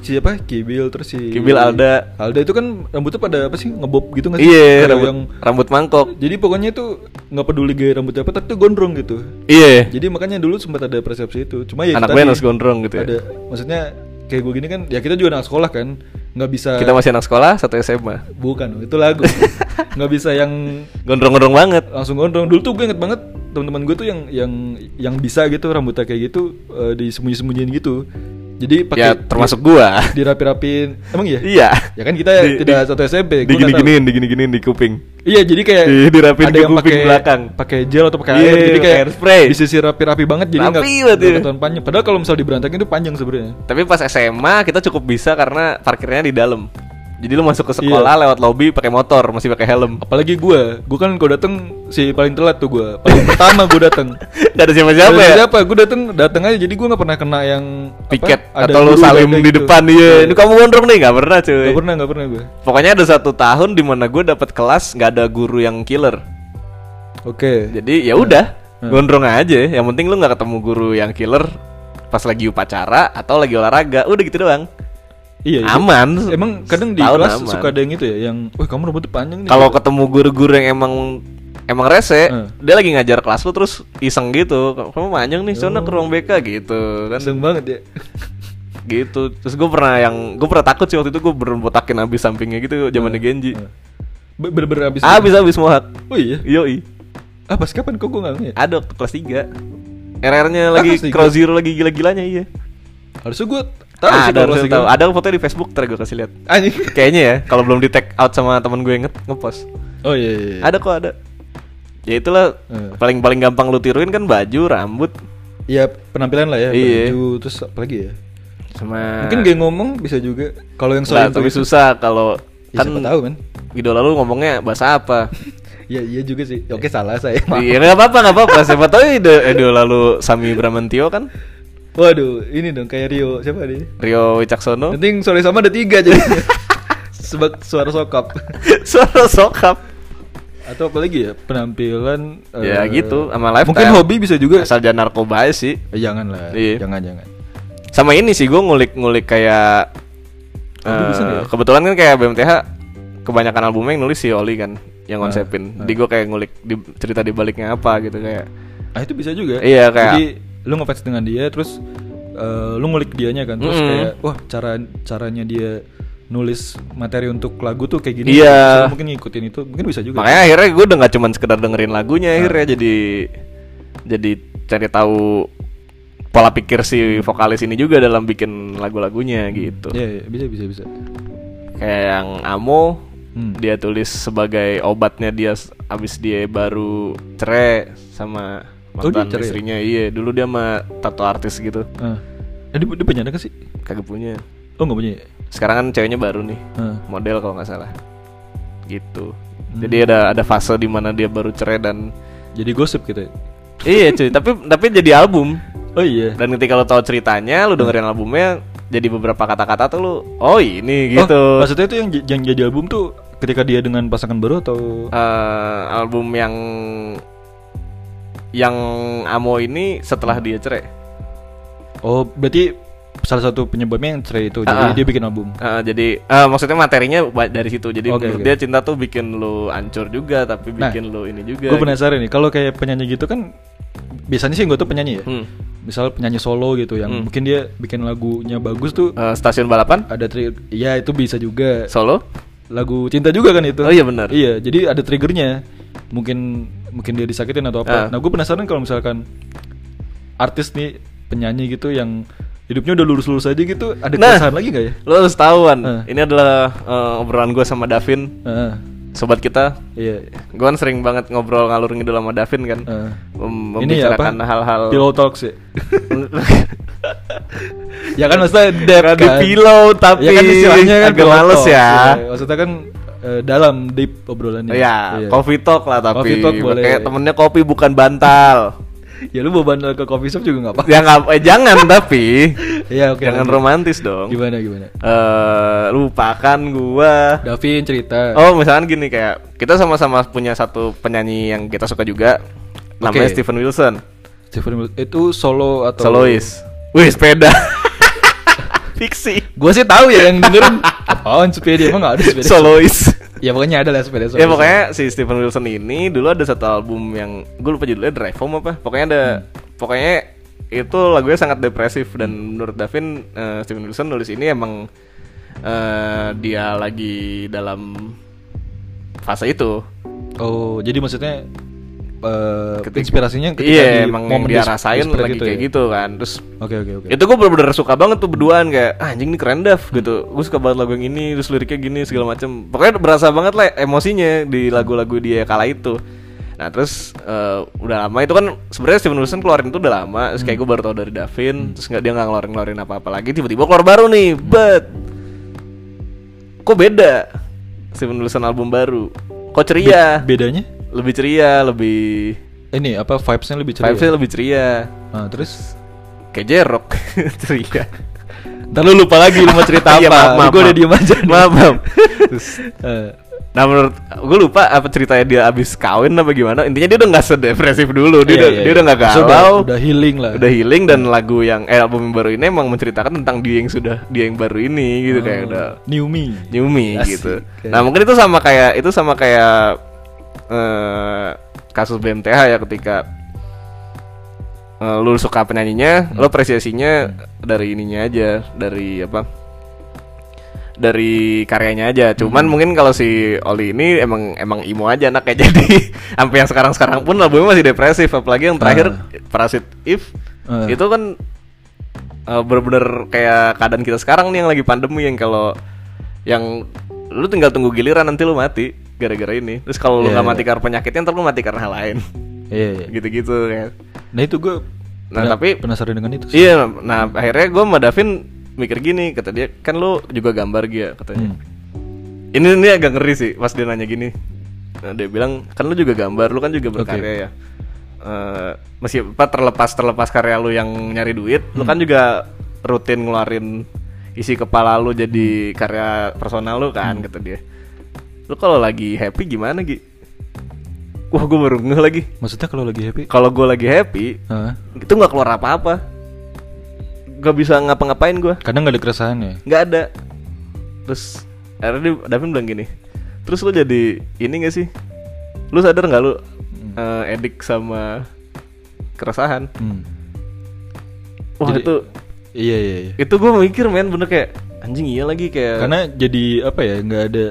siapa? Kibil terus si Kibil, Alda. Alda itu kan rambutnya pada apa sih? Ngebob gitu nggak sih? iya, Kayak rambut, yang rambut mangkok. jadi pokoknya itu nggak peduli gaya rambutnya apa tapi tuh gondrong gitu. Iya. Jadi makanya dulu sempat ada persepsi itu. Cuma ya itu Anak tadi, band harus gondrong gitu ya. Ada maksudnya kayak gue gini kan ya kita juga anak sekolah kan. nggak bisa Kita masih anak sekolah, satu SMA. bukan itu lagu. <laughs> nggak bisa yang Gondrong-gondrong banget. langsung gondrong dulu tuh gue inget banget teman-teman gue tuh yang yang yang bisa gitu rambutnya kayak gitu eh, disembunyi-sembunyiin gitu jadi pakai ya termasuk <laughs> gua. di- dirapi-rapin emang iya Iya. ya kan kita Di- tidak di- satu SMP gue nggak tahu. Digini-giniin, digini-giniin di kuping. iya jadi kayak Iya, dirapin ke kuping pakai- belakang. pakai gel atau pakai Iya, air jadi kayak hairspray. disisir rapi-rapi banget jadi Rapi nggak banget nggak ya. kelihatan panjang padahal kalau misal diberantakin itu panjang sebenarnya Tapi pas SMA kita cukup bisa karena parkirnya di dalam. Jadi lu masuk ke sekolah Iya. lewat lobby pakai motor, masih pakai helm. <laughs> apalagi gue gue kan kalau dateng si paling telat tuh gue paling pertama gue dateng <laughs> Gak ada siapa-siapa Dari ya? Siapa? Gue dateng dateng aja jadi gue nggak pernah kena yang apa, Piket ada atau lu guru salim dada di gitu. depan dia. Ini kamu gondrong nih, gak pernah cuy. Nggak pernah nggak pernah gue. Pokoknya ada satu tahun di mana gue dapat kelas nggak ada guru yang killer. Oke. Jadi ya udah, Hmm. gondrong aja. Yang penting lu nggak ketemu guru yang killer pas lagi upacara atau lagi olahraga. Udah gitu doang. Iya. iya. Aman. Emang kadang di Setahun kelas aman. suka ada yang itu ya, yang, wah kamu rambutnya panjang nih. kalau ketemu guru-guru yang emang emang rese, Hmm. dia lagi ngajar kelas lu terus iseng gitu. Kamu manjang nih, soalnya ke ruang BK gitu kan. Seneng banget ya. Gitu. Terus gue pernah yang gue pernah takut sih waktu itu gue berbotakin abis sampingnya gitu zamannya Genji. Nah. Be- Bener-bener Iya. abis. Abis abis <laughs> mohak. Oh iya. Yoi. Ah pas kapan kok gue nggak ngeliat? Ada waktu kelas 3. RR-nya Ah, lagi kelas tiga? cross zero lagi gila-gilanya iya. Harusnya gue tahu Ah, ada sih kalau harusnya masih tahu. kayak- Ada fotonya di Facebook ntar gue kasih lihat. Anjing. Kayaknya ya, kalau belum di tag out sama temen gue yang nge- ngepost. Oh iya. iya, iya. Ada kok ada. Ya itulah Eh. paling paling gampang lu tiruin kan baju, rambut Ya penampilan lah ya. Iya. Baju terus apalagi ya. sama Mungkin gaya ngomong bisa juga. Kalau yang Lah, selain tapi itu- susah kalau Ya, kan siapa tahu kan. idola lu ngomongnya bahasa <laughs> apa? Iya iya juga sih. Oke salah saya. Maaf. Iya nggak apa-apa nggak apa-apa. Siapa tahu ide- idola lu Sami Bramantio kan? Waduh, ini dong kayak Rio siapa nih? Rio Wicaksono. Penting sore sama ada tiga jadi. <laughs> Sebab suara sokap <laughs> Suara sokap. atau apalagi ya penampilan Ya eh, gitu sama lifestyle. Mungkin hobi bisa juga. asal jangan narkoba aja sih. Eh, jangan lah. Iya. Jangan jangan. Sama ini sih gue ngulik-ngulik kayak Oh, lu eh, bisa nggak ya? kebetulan kan kayak BMTH kebanyakan albumnya yang nulis si Oli kan yang Ah, konsepin. Jadi gue kayak ngulik di- cerita di baliknya apa gitu kayak. Ah itu bisa juga. Iya, kayak- Jadi lu ngefans dengan dia terus eh, lu ngulik dianya kan terus Mm-mm. kayak wah cara caranya dia nulis materi untuk lagu tuh kayak gini. Iya. Terus lu Mungkin ngikutin itu mungkin bisa juga. Ah. Makanya akhirnya gue udah gak cuman sekedar dengerin lagunya akhirnya jadi jadi cari tahu pola pikir si vokalis ini juga dalam bikin lagu-lagunya gitu. Iya, iya, bisa bisa bisa. Kayak yang Amo Hmm. dia tulis sebagai obatnya dia s- abis dia baru cerai sama Oh, dia mantan cerai? istrinya. Iya, dulu dia sama tato artis gitu. Ah. Eh, dia, dia punya anak nggak sih? Kagak punya. Oh nggak punya. ya? Sekarang kan ceweknya baru nih. Ah. model kalau nggak salah gitu jadi ada ada fase di mana dia baru cerai dan Jadi gosip gitu. ya? <laughs> iya cuy tapi tapi jadi album Hmm. Oh iya. dan ketika lo tahu ceritanya lo dengerin albumnya jadi beberapa kata-kata tuh lo oh ini Oh, gitu maksudnya itu yang, j- yang jadi album tuh ketika dia dengan pasangan baru atau Eh, album yang yang Amo ini setelah dia cerai oh berarti salah satu penyebabnya yang cerai itu jadi Ah, ah. dia bikin album. Eh, jadi eh, maksudnya materinya ba- dari situ jadi Oke, menurut oke. dia cinta tuh bikin lo hancur juga tapi Nah, bikin lo ini juga Gue penasaran nih kalau kayak penyanyi gitu kan biasanya sih gue tuh penyanyi ya. Hmm. Misal penyanyi solo gitu yang mungkin dia bikin lagunya bagus tuh Eh, stasiun balapan ada tri ya itu bisa juga Solo lagu cinta juga kan itu. Oh iya, benar. Iya, jadi ada triggernya. Mungkin mungkin dia disakitin atau Ah. apa. Nah, gue penasaran kalau misalkan artis nih penyanyi gitu yang hidupnya udah lurus-lurus aja gitu, ada Nah. keresahan lagi gak ya? Lo harus tahuan. Heeh. Ini adalah eh, obrolan gue sama Davin, Heeh. sobat kita. iya. Gue kan sering banget ngobrol ngalur ngidul sama Davin kan. Heeh. Mem- ini ya membicarakan apa? hal-hal Pillow talks ya. <laughs> ya kan maksudnya depth Nggak di kan. pillow, tapi ya kan istilahnya kan agak pillow males talks, ya. iya. Maksudnya kan eh, dalam deep obrolannya. ya, Iya. coffee talk lah tapi Coffee talk boleh. kayak temennya kopi bukan bantal. Ya lu bawa bandel ke coffee shop juga <laughs> nggak apa-apa. ya nggak- eh, jangan tapi Iya, <laughs> oke. jangan lanjut. romantis dong. Gimana gimana? Eh, lupakan gua. Davin cerita. Oh, misalkan gini kayak kita sama-sama punya satu penyanyi yang kita suka juga. namanya Oke. Steven Wilson Stephen Wil- itu solo atau solois wih <laughs> sepeda fiksi Gua sih tahu ya <laughs> yang dengerin apaan sepeda emang gak ada sepeda. solois Ya pokoknya ada lah sepeda. ya pokoknya si Steven Wilson ini dulu ada satu album yang gue lupa judulnya Drive Home apa pokoknya ada Hmm. pokoknya itu lagunya sangat depresif dan menurut Davin eh, Steven Wilson nulis ini emang eh, dia lagi dalam fase itu Oh, jadi maksudnya eh Ketika- inspirasinya ketika iya di emang yang momen dia dis- rasain lagi desperate kayak ya? gitu kan terus Oke oke oke. itu gue bener-bener suka banget tuh berduaan kayak "Ah, anjing nih keren Dav gitu gue suka banget lagu yang ini terus liriknya gini segala macem pokoknya berasa banget lah emosinya di lagu-lagu dia kala itu nah terus eh, udah lama itu kan sebenarnya Steven Wilson keluarin tuh udah lama terus kayak gue baru tau dari Davin terus nggak dia nggak ngeluarin ngeluarin apa-apa lagi tiba-tiba keluar baru nih bet kok beda Steven Wilson album baru kok ceria Bedanya lebih ceria lebih ini apa vibesnya lebih ceria. vibesnya lebih ceria Nah, terus kayak jerok <laughs> ceria Ntar lu lupa lagi lu mau cerita <laughs> Iya, maaf, apa. maaf, Gue udah maaf. diem aja. nih. <laughs> Maaf, maaf. Terus, eh, Nah menurut gue lupa apa ceritanya dia abis kawin apa gimana Intinya dia udah gak sedepresif dulu Dia iya, udah, iya, dia iya. udah gak galau Terus Udah, Iya. udah healing lah. Udah healing dan lagu yang eh, album yang baru ini emang menceritakan tentang dia yang sudah Dia yang baru ini gitu kayak Oh, udah new me. nyumi Asik, gitu kayak- Nah mungkin itu sama kayak Itu sama kayak eh, Kasus BMTH ya ketika eh, Lu suka penyanyinya Hmm. Lu apresiasinya dari ininya aja Dari apa dari karyanya aja. Hmm. Cuman mungkin kalau si Oli ini emang emang emo aja anak kayak <laughs> jadi sampai yang sekarang-sekarang pun albumnya masih depresif apalagi yang terakhir Parasit If Ah. itu kan eh, bener-bener kayak keadaan kita sekarang nih yang lagi pandemi yang kalau yang lu tinggal tunggu giliran nanti lu mati gara-gara ini. Terus kalau lu Iya, nggak iya. mati karena penyakitnya ntar lu mati karena hal lain. Iya, iya. <laughs> Gitu-gitu ya. Nah, itu gue Nah, tapi- penasaran dengan itu. sih. Iya, nah akhirnya gue sama Davin mikir gini, kata dia, kan lu juga gambar dia, katanya. Hmm. Ini ini agak ngeri sih pas dia nanya gini. Nah, dia bilang, kan lu juga gambar, lu kan juga berkarya ya. Eh, meskipun terlepas terlepas karya lu yang nyari duit, lu kan juga rutin ngeluarin isi kepala lu jadi karya personal lu kan, kata dia. Lu kalau lagi happy gimana Gi? Wah, gue baru ngeh lagi. Maksudnya kalau lagi happy? Kalau gue lagi happy, Heeh. itu nggak keluar apa-apa nggak bisa ngapa-ngapain gua Kadang gak ada keresahan ya. nggak ada terus akhirnya dia- Davin bilang gini terus lu jadi ini gak sih lu sadar nggak lu eh, edik sama keresahan Hmm. wah Jadi- itu Iya, iya, iya. itu gue mikir men bener kayak anjing iya lagi kayak Karena jadi apa ya? Gak ada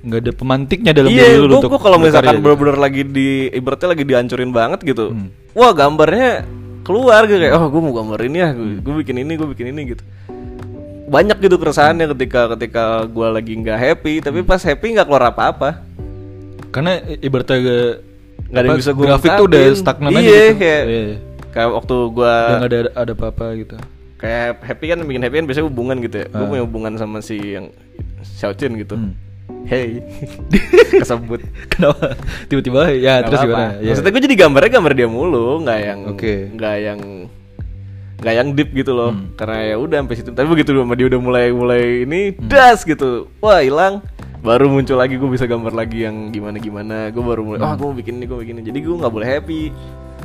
nggak ada pemantiknya dalam iya diri lu gue untuk kalau misalkan berkarya gitu. bener-bener lagi di ibaratnya lagi dihancurin banget gitu Hmm. wah gambarnya keluar gitu kayak oh gue mau gambar ini ya gue bikin ini gue bikin ini gitu banyak gitu keresahannya ketika ketika gue lagi nggak happy tapi Hmm. pas happy nggak keluar apa-apa Karena i- ibaratnya gak, nggak ada yang bisa gue grafik tuh udah stagnan aja iya gitu. kayak Iya, iya. kayak waktu gue Udah nggak ada ada apa-apa gitu. kayak happy kan bikin happy kan biasanya hubungan gitu ya gue punya hubungan sama si yang Xiaoqin gitu Ah. Hmm. <laughs> hey kesebut Kenapa? Tiba-tiba ya Nggak terus apa-apa. gimana? Iya. Maksudnya gue jadi gambarnya gambar dia mulu, nggak yang Oke. Hmm. nggak yang nggak yang deep gitu loh. Karena ya udah sampai situ. Tapi begitu sama dia udah mulai mulai ini Hmm. das gitu. Wah, hilang. Baru muncul lagi gue bisa gambar lagi yang gimana gimana. Gue baru Hmm. mulai, oh gue mau bikin ini, gue bikin ini. Jadi gue nggak boleh happy.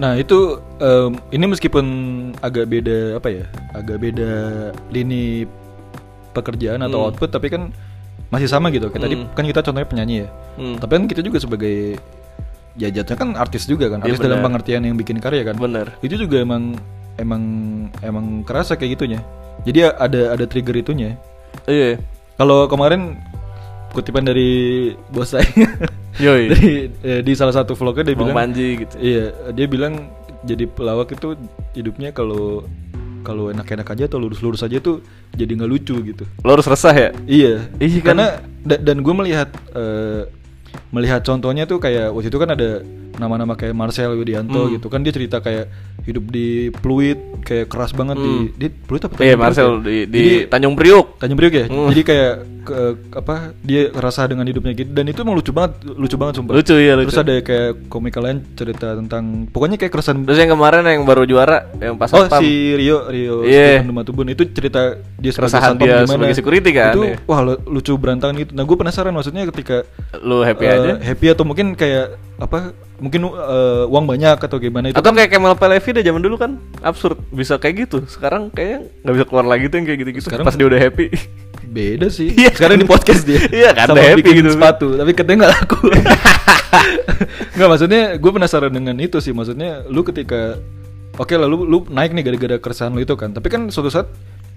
Nah itu em, ini meskipun agak beda apa ya, agak beda lini pekerjaan Hmm. atau output, tapi kan masih sama gitu. Kayak tadi kan kita contohnya penyanyi ya, Hmm. tapi kan kita juga sebagai ya jatuhnya kan artis juga Iya, kan, artis dalam pengertian yang bikin karya kan. Bener. Itu juga emang emang emang kerasa kayak gitunya. Jadi ada ada trigger itunya. Iya. Kalau kemarin kutipan dari bos saya Yoi. <laughs> dari eh, di salah satu vlognya dia Bang bilang Panji gitu. Iya, dia bilang jadi pelawak itu hidupnya kalau kalau enak-enak aja atau lurus-lurus aja tuh jadi nggak lucu gitu. Lo harus resah ya. Iya, Iya kan? karena da- dan gue melihat eh, melihat contohnya tuh kayak waktu itu kan ada nama-nama kayak Marcel Hmm. Widianto gitu kan dia cerita kayak hidup di Pluit kayak keras banget di di Pluit apa Iya, Tanjung Priok Marcel ya? di, di Jadi- Tanjung Priok. Tanjung Priok ya. Hmm. Jadi kayak ke- apa dia ngerasa dengan hidupnya gitu dan itu emang lucu banget, lucu banget sumpah. Lucu, iya, lucu. Terus ada kayak komika lain cerita tentang pokoknya kayak keresahan Terus yang kemarin yang baru juara yang pas Oh satpam. si Rio Rio Iya. Stefan Dumatubun itu cerita dia sebagai Keresahan satpam dia sebagai security kan, Itu iya. wah lu- lucu berantakan gitu. Nah gue penasaran maksudnya ketika Lu happy eh, aja. happy atau mungkin kayak apa mungkin eh, uang banyak atau gimana itu kan- Atau kayak Kemal Palevi deh zaman dulu kan absurd bisa kayak gitu. Sekarang kayaknya nggak bisa keluar lagi tuh yang kayak gitu-gitu. Sekarang- Pas dia udah <laughs> happy. beda sih Iya sekarang kan? di podcast dia Iya kan, sama udah happy bikin gitu. sepatu tapi katanya nggak laku <laughs> nggak maksudnya gue penasaran dengan itu sih maksudnya lu ketika oke lah lu, lu naik nih gara-gara keresahan lu itu kan tapi kan suatu saat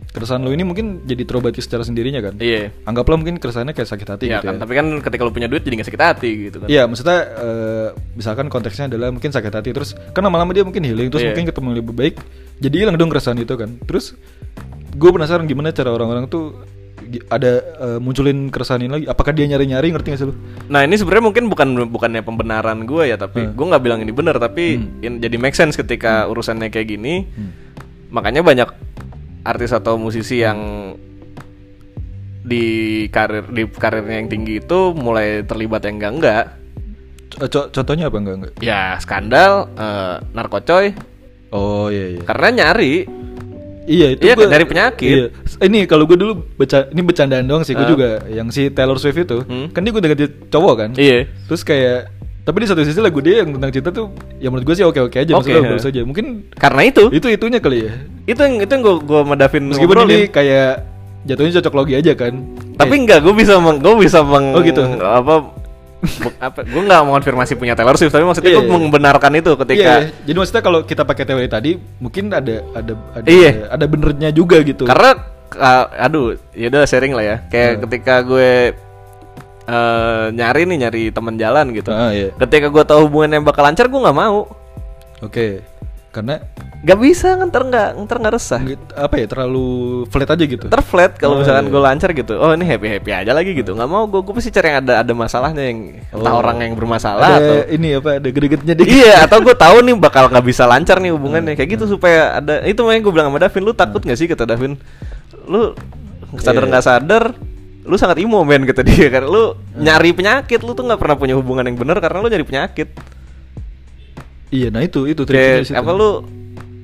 keresahan lu ini mungkin jadi terobati secara sendirinya kan Iya. anggaplah mungkin keresahannya kayak sakit hati Iya gitu kan, ya tapi kan ketika lu punya duit jadi nggak sakit hati gitu kan. Iya, maksudnya eh, misalkan konteksnya adalah mungkin sakit hati terus kan lama-lama dia mungkin healing terus Iya. mungkin ketemu yang lebih baik. Jadi hilang dong keresahan itu kan. Terus gue penasaran gimana cara orang-orang tuh gi- ada eh, munculin keresahan ini lagi. Apakah dia nyari-nyari ngerti gak sih lu? Nah ini sebenarnya mungkin bukan bukannya pembenaran gue ya Hmm. tapi gue nggak bilang ini benar tapi in- jadi make sense ketika urusannya kayak gini Hmm. makanya banyak artis atau musisi yang di karir di karirnya yang tinggi itu mulai terlibat yang enggak enggak Co- co- contohnya apa enggak enggak? ya skandal eh, narkocoy Oh iya iya. karena nyari Iya itu Iya, gua- dari penyakit. Ah. Iya. S- Ini kalau gue dulu baca ini bercandaan doang sih gue juga yang si Taylor Swift itu Hmm. kan dia gue deketin cowok kan. iya Terus kayak tapi di satu sisi lagu dia yang tentang cinta tuh ya menurut gue sih oke-oke aja Oke, maksudnya ya. bagus aja. Mungkin karena itu itu itunya kali ya itu yang itu yang gue gue medafin meskipun ini kayak jatuhnya cocok logi aja kan tapi enggak gue bisa meng gue bisa meng Oh, gitu. apa be- apa gue nggak mengonfirmasi punya Taylor Swift tapi maksudnya Iya, gue iya. membenarkan itu Iya, ketika iya. jadi maksudnya kalau kita pakai teori tadi mungkin ada ada ada Iya. ada benernya juga gitu karena uh, aduh ya udah sharing lah ya kayak Iya. ketika gue eh, nyari nih nyari temen jalan gitu Ah, iya. ketika gue tahu hubungan yang bakal lancar gue nggak mau oke karena nggak bisa kan ntar nggak ntar nggak resah nggak- apa ya terlalu flat aja gitu ntar flat kalau Oh, misalkan iya. Ah. gue lancar gitu oh ini happy happy aja lagi gitu nggak mau gue gue pasti cari yang ada ada masalahnya yang entah Oh. orang yang bermasalah ada atau ini apa ada gregetnya deh iya <laughs> atau gue tahu nih bakal nggak bisa lancar nih hubungannya kayak Hmm. gitu supaya ada itu makanya gue bilang sama Davin lu takut nggak sih kata Davin lu sadar Iya. Hmm. nggak sadar lu sangat imo men kata dia karena lu nyari penyakit lu tuh nggak pernah punya hubungan yang benar karena lu nyari penyakit iya nah itu itu triknya di kayak situ. apa lu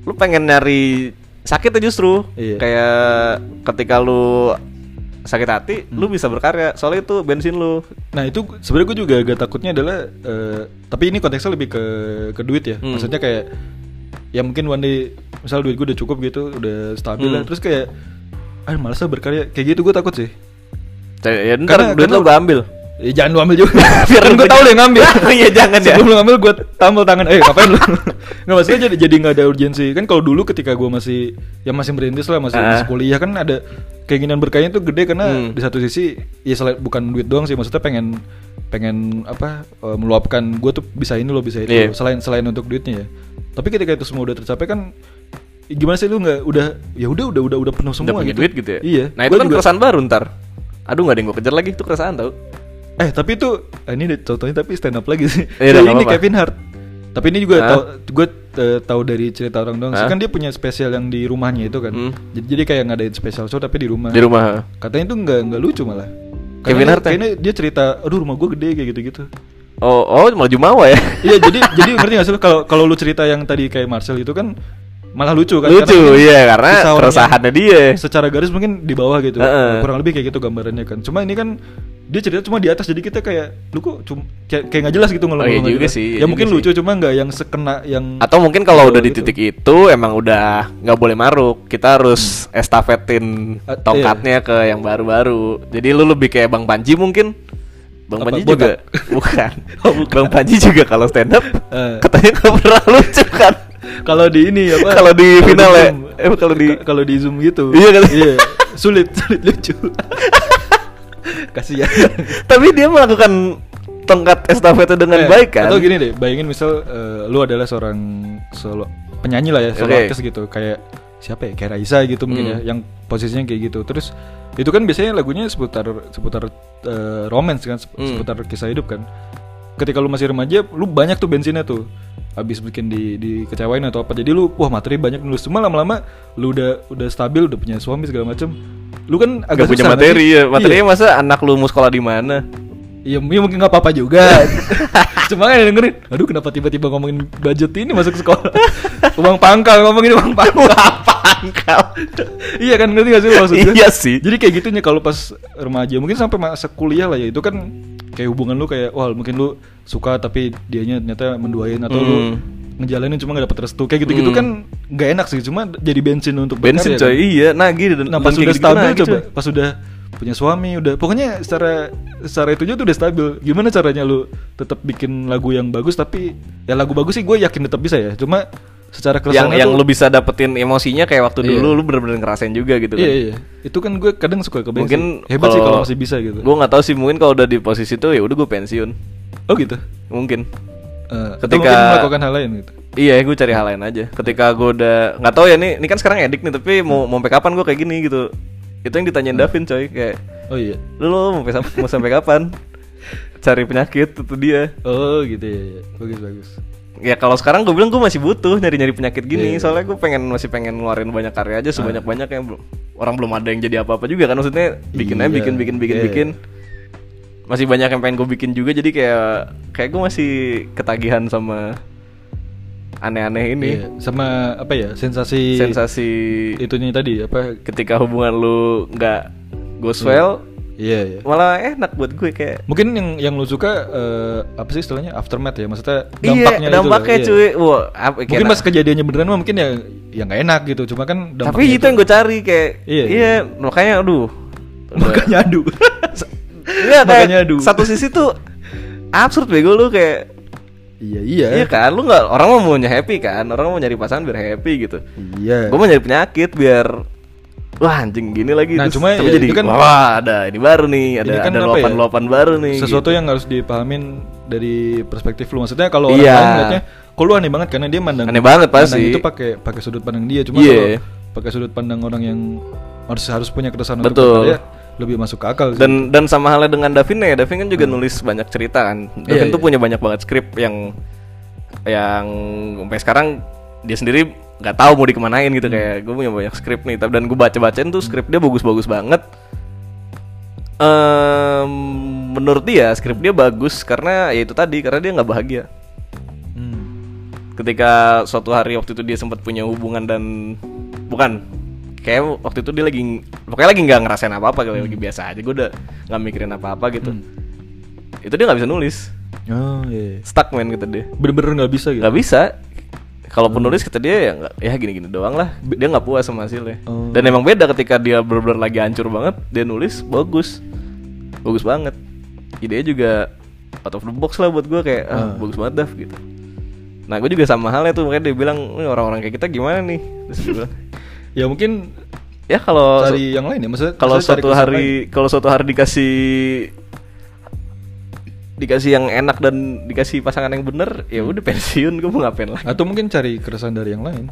lu pengen nyari sakitnya justru Iya. kayak ketika lu sakit hati Hmm. lu bisa berkarya soalnya itu bensin lu Nah itu gu- sebenarnya gue juga agak takutnya adalah eh, tapi ini konteksnya lebih ke ke duit ya. Hmm. Maksudnya kayak ya mungkin one day misal duit gue udah cukup gitu, udah stabil Hmm. lah. Terus kayak ah males lah berkarya kayak gitu gue takut sih. ya, ntar Karena- duit karena- lu gue ambil Ya, jangan lu ambil juga. <laughs> Biar kan lu gue punya- tau lu yang ngambil. <laughs> Iya, jangan ya. Sebelum lu ngambil gue tampil tangan. Eh ngapain lu? <laughs> Nggak maksudnya jadi jadi nggak ada urgensi. Kan kalau dulu ketika gue masih ya masih merintis lah masih, Ah. masih kuliah kan ada keinginan berkarya itu gede karena Hmm. di satu sisi ya selain bukan duit doang sih maksudnya pengen pengen apa eh, meluapkan gue tuh bisa ini lo bisa itu Iya. selain selain untuk duitnya ya. Tapi ketika itu semua udah tercapai kan gimana sih lu nggak udah ya udah udah udah udah penuh semua udah punya gitu. duit gitu ya Iya. nah itu Gua kan juga- keresahan baru ntar aduh nggak ada yang gue kejar lagi itu keresahan tau Eh tapi itu eh, ini deh, contohnya tapi stand up lagi sih. Iya, udah, nggak Jadi ini apa-apa. Kevin Hart. Tapi ini juga Hah? tau, gue tahu dari cerita orang doang. sih. Hah? Kan dia punya spesial yang di rumahnya itu kan. Hmm. Jadi, jadi kayak ngadain spesial show tapi di rumah. di rumah Katanya itu nggak nggak lucu malah. Kevin Karena- Hart ya? Kayaknya dia cerita, aduh rumah gue gede kayak gitu-gitu. oh oh malah jumawa ya Iya jadi <laughs> jadi ngerti nggak sih lu? kalau kalau lu cerita yang tadi kayak Marcel itu kan malah lucu kan? lucu Karena- iya karena Kisah orangnya- keresahannya dia Eh, secara garis mungkin di bawah gitu Heeh. kurang lebih kayak gitu gambarannya kan cuma ini kan dia cerita cuma di atas jadi kita kayak lu kok cuma kayak kayak nggak jelas gitu ngomong iya juga sih, iya ya juga mungkin sih. lucu cuma nggak yang sekena yang atau mungkin kalau udah di gitu. titik itu emang udah nggak boleh maruk kita harus estafetin Hmm. Eh, tongkatnya ke yang baru-baru jadi lu lebih kayak bang Panji mungkin bang Apa, Panji botak? juga <laughs> bukan. <laughs> bang Panji juga kalau stand up Eh. katanya nggak pernah lucu <laughs> kan kalau di ini apa <laughs> Kalau di final ya? Zoom. Eh, kalau di- kalau di zoom gitu Iya kan? sulit <laughs> sulit <laughs> lucu kasihan tapi dia melakukan tongkat estafet itu dengan Eh, baik kan Atau gini deh, bayangin misal eh, lu adalah seorang solo penyanyi lah ya, solo Oke. artis gitu, kayak siapa ya, kayak Raisa gitu mungkin Hmm. ya, yang posisinya kayak gitu. Terus itu kan biasanya lagunya seputar seputar eh, romance kan, sep- Hmm. seputar kisah hidup kan. Ketika lu masih remaja, lu banyak tuh bensinnya tuh habis bikin di dikecewain atau apa jadi lu wah materi banyak nulis cuma lama-lama lu udah udah stabil udah punya suami segala macem lu kan Gak agak punya susah nanti. materi ya. Iya. Materinya masa anak lu mau sekolah di mana? <laughs> Iya, ya mungkin nggak apa-apa juga. <laughs> Cuma kan yang dengerin, aduh kenapa tiba-tiba ngomongin budget ini masuk sekolah? <laughs> uang pangkal ngomongin uang pangkal. Apaan kau? iya kan ngerti gak sih lu maksud gue? Iya sih. Jadi kayak gitunya kalau pas remaja, mungkin sampai masa kuliah lah ya itu kan kayak hubungan lu kayak wah mungkin lu suka tapi dianya ternyata menduain atau lu Hmm. ngejalanin cuma gak dapet restu kayak gitu-gitu Hmm. kan nggak enak sih cuma jadi bensin untuk bensin berkarya, coy kan? iya nagih dan Nah dan kayak gitu? pas sudah gitu-gitu stabil nagih, coba, coy. pas sudah punya suami, udah pokoknya secara secara itunya tuh udah stabil. Gimana caranya lu tetap bikin lagu yang bagus tapi ya lagu bagus sih gue yakin tetap bisa ya. Cuma secara yang keresahan yang tuh- lu bisa dapetin emosinya kayak waktu Iya. dulu lu bener-bener ngerasain juga gitu Iya kan. iya. Itu kan gue kadang suka kebayang Mungkin sih. hebat sih kalau masih bisa gitu. Gue nggak tahu sih mungkin kalau udah di posisi itu ya udah gue pensiun. Oh gitu. Mungkin. Eh, atau Ketika- mungkin melakukan hal lain gitu. Iya, gue cari hal lain aja. Ketika gue udah nggak tahu ya nih, ini kan sekarang edik nih, tapi mau mau sampai kapan gue kayak gini gitu. Itu yang ditanyain Davin coy, kayak Oh iya. lu, lu mau sampai mau sampai kapan? Cari penyakit itu dia. Oh gitu ya. iya. Bagus bagus. Ya kalau sekarang gue bilang gue masih butuh nyari-nyari penyakit gini, Iya, iya. soalnya gue pengen masih pengen ngeluarin banyak karya aja sebanyak-banyak yang belum orang belum ada yang jadi apa-apa juga kan maksudnya bikin aja Iya, bikin bikin bikin iya. bikin. Masih banyak yang pengen gue bikin juga jadi kayak kayak gue masih ketagihan sama aneh-aneh ini. Iya, sama apa ya sensasi Sensasi itunya tadi apa? ketika hubungan lu nggak goes well Iya iya. malah enak buat gue kayak Mungkin yang yang lu suka eh, apa sih istilahnya aftermath ya? Maksudnya dampaknya iya dampaknya itu. loh, cuy nah. iya. wah apa kayak Mungkin enak. pas kejadiannya beneran mah mungkin ya yang nggak enak gitu. Cuma kan dampaknya tapi itu, yang gue cari kayak Iya, iya, iya. makanya aduh makanya adu. <laughs> Iya, kayak makanya aduh. satu sisi tuh absurd bego lu kayak Iya iya. iya kan lu nggak orang mau maunya happy kan orang mau nyari pasangan biar happy gitu Iya. gue mau nyari penyakit biar wah anjing gini lagi Nah, Terus- cuma tapi ya jadi itu kan- wah ada ini baru nih ada Ini kan ada apa ya? luapan-luapan baru nih gitu. sesuatu yang harus dipahamin dari perspektif lu maksudnya kalau orang Iya. lain ngeliatnya kok lu aneh banget karena dia mandang Aneh banget mandang pasti. itu pakai pakai sudut pandang dia cuma Iya. kalau pakai sudut pandang orang yang harus harus punya keresahan untuk Betul. berkarya, lebih masuk ke akal sih. Hmm. dan dan sama halnya dengan Davin ya Davin kan juga nulis banyak cerita kan Davin Iya, tuh iya. punya banyak banget skrip yang yang sampai sekarang dia sendiri nggak tahu mau dikemanain gitu Hmm. kayak gue punya banyak skrip nih tapi dan gue baca bacain tuh skrip dia bagus-bagus banget Em, menurut dia skrip dia bagus karena ya itu tadi karena dia nggak bahagia Hmm. ketika suatu hari waktu itu dia sempat punya hubungan dan bukan kayak waktu itu dia lagi pokoknya lagi nggak ngerasain apa apa kayak lagi biasa aja gue udah nggak mikirin apa apa gitu itu dia nggak bisa nulis oh iya stuck man kata dia bener-bener nggak bisa gitu nggak bisa kalau Hmm. penulis kata dia ya nggak ya gini-gini doang lah dia nggak puas sama hasilnya Oh. dan emang beda ketika dia bener-bener lagi hancur banget dia nulis bagus bagus banget idenya juga out of the box lah buat gue kayak ah, bagus banget Daf gitu nah gue juga sama halnya tuh makanya dia bilang "Ini orang-orang kayak kita gimana nih terus dia bilang ya mungkin ya kalau <laughs> cari yang lain ya maksudnya kalau maksudnya cari suatu keresahan lain. hari kalau suatu hari dikasih dikasih yang enak dan dikasih pasangan yang bener Hmm. ya udah pensiun gue mau ngapain lagi atau mungkin cari keresahan dari yang lain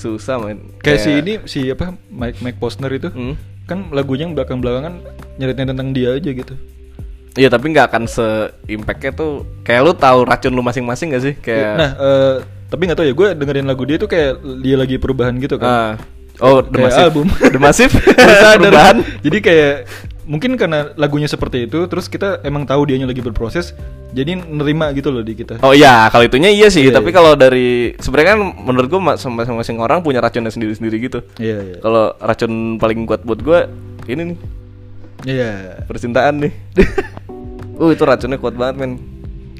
susah man kayak si ini si apa Mike Mike Posner itu Hmm. kan lagunya yang belakang-belakangan nyeritain tentang dia aja gitu Iya tapi nggak akan se impactnya tuh kayak lu tahu racun lu masing-masing gak sih kayak Nah, eh, tapi nggak tahu ya, gue dengerin lagu dia tuh kayak dia lagi perubahan gitu <laughs> kan. Ah. oh the Kayak massive album. <laughs> the <laughs> massive Terus sadar. <laughs> perubahan Jadi kayak mungkin karena lagunya seperti itu, terus kita emang tahu dianya lagi berproses, jadi nerima gitu loh di kita. oh iya kalau itunya iya sih Iya, tapi iya. kalau dari sebenarnya kan menurut gua ma- sama- masing-masing orang punya racunnya sendiri-sendiri gitu Iya, iya. kalau racun paling kuat buat gua ini nih Iya. percintaan nih <laughs> uh itu racunnya kuat banget men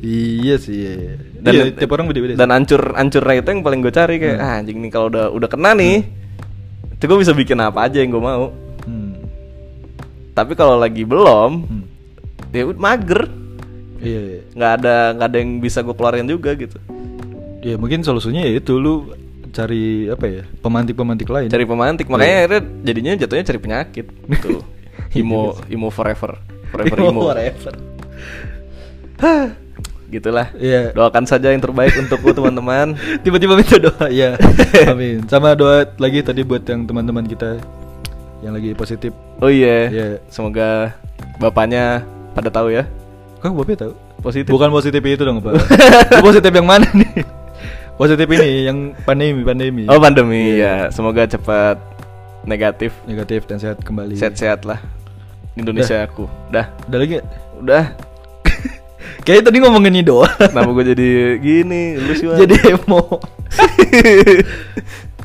Iya sih. Iya, iya. Dan- Iya, tiap orang beda-beda. Hmm. dan hancur hancurnya itu yang paling gue cari kayak "Ah, anjing nih kalau udah udah kena nih itu gue bisa bikin apa aja yang gue mau Hmm. tapi kalau lagi belum Hmm. ya udah mager Iya, iya. nggak ada nggak ada yang bisa gue keluarin juga gitu Ya mungkin solusinya ya itu lu cari apa ya pemantik-pemantik lain. Iya. cari pemantik makanya akhirnya jadinya jatuhnya cari penyakit <laughs> gitu imo imo forever forever imo Iya, Forever. Hah, <sighs> gitulah Iya. doakan saja yang terbaik untukku <laughs> teman-teman tiba-tiba minta doa <laughs> ya amin sama doa lagi tadi buat yang teman-teman kita yang lagi positif oh iya Iya. semoga bapaknya pada tahu ya kok bapak tahu positif bukan positif itu dong <laughs> pak Lu positif yang mana nih positif ini yang pandemi pandemi oh pandemi ya Iya. semoga cepat negatif negatif dan sehat kembali sehat-sehat lah Indonesia aku dah udah lagi nggak? udah kayaknya tadi ngomongin ini doa kenapa gue jadi gini lu sih Wan. jadi emo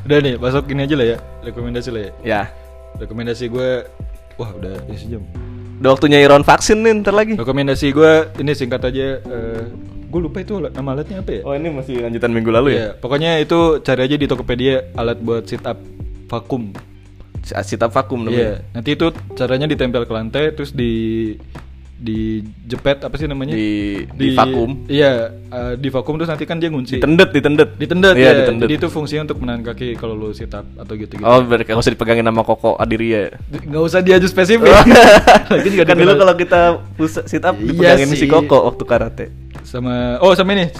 udah nih masuk ini aja lah ya rekomendasi lah ya <laughs> ya rekomendasi gue wah udah ya sejam Udah waktunya iron vaksin nih ntar lagi. Rekomendasi gue ini singkat aja. eh gue lupa itu alat- nama alatnya apa ya? Oh ini masih lanjutan minggu lalu ya? Iya, Pokoknya itu cari aja di Tokopedia alat buat sit up vakum. Si- Sitap vakum Iya. namanya. Nanti itu caranya ditempel ke lantai terus di di jepet apa sih namanya? Di- di vakum. Iya, eh, di vakum terus nanti kan dia ngunci. Ditendet, ditendet. Ditendet Iya, ya. ditendet. Jadi itu fungsinya untuk menahan kaki kalau lu sit up atau gitu-gitu. Oh, berarti nggak usah dipegangin nama Koko Adiria. ya? Nggak usah diaju spesifik. <laughs> Lagi Oh. juga kan dulu dikenal- kalau kita push sit up Iya dipegangin si sih. Koko waktu karate. sama oh sama ini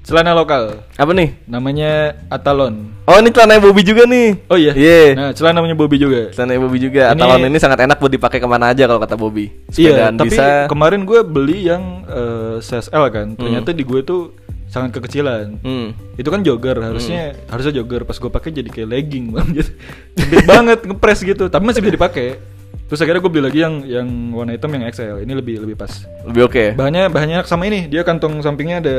celana lokal Apa nih? namanya Atalon. Oh, ini celananya Bobby juga nih. Oh iya. Iya. Nah, celana namanya Bobby juga. Celananya Bobby juga. Ini- Atalon ini sangat enak buat dipakai kemana aja kalau kata Bobby. Iya, Sepedaan tapi bisa. kemarin gue beli yang eh, size L kan. Ternyata di gue tuh sangat kekecilan. Hmm. Itu kan jogger harusnya harusnya jogger pas gue pakai jadi kayak legging <laughs> bang. Jadi Sempit banget ngepres gitu, tapi masih bisa dipakai. Terus akhirnya gue beli lagi yang yang warna hitam yang XL. Ini lebih lebih pas. Lebih oke. ya? Bahannya bahannya sama ini, dia kantong sampingnya ada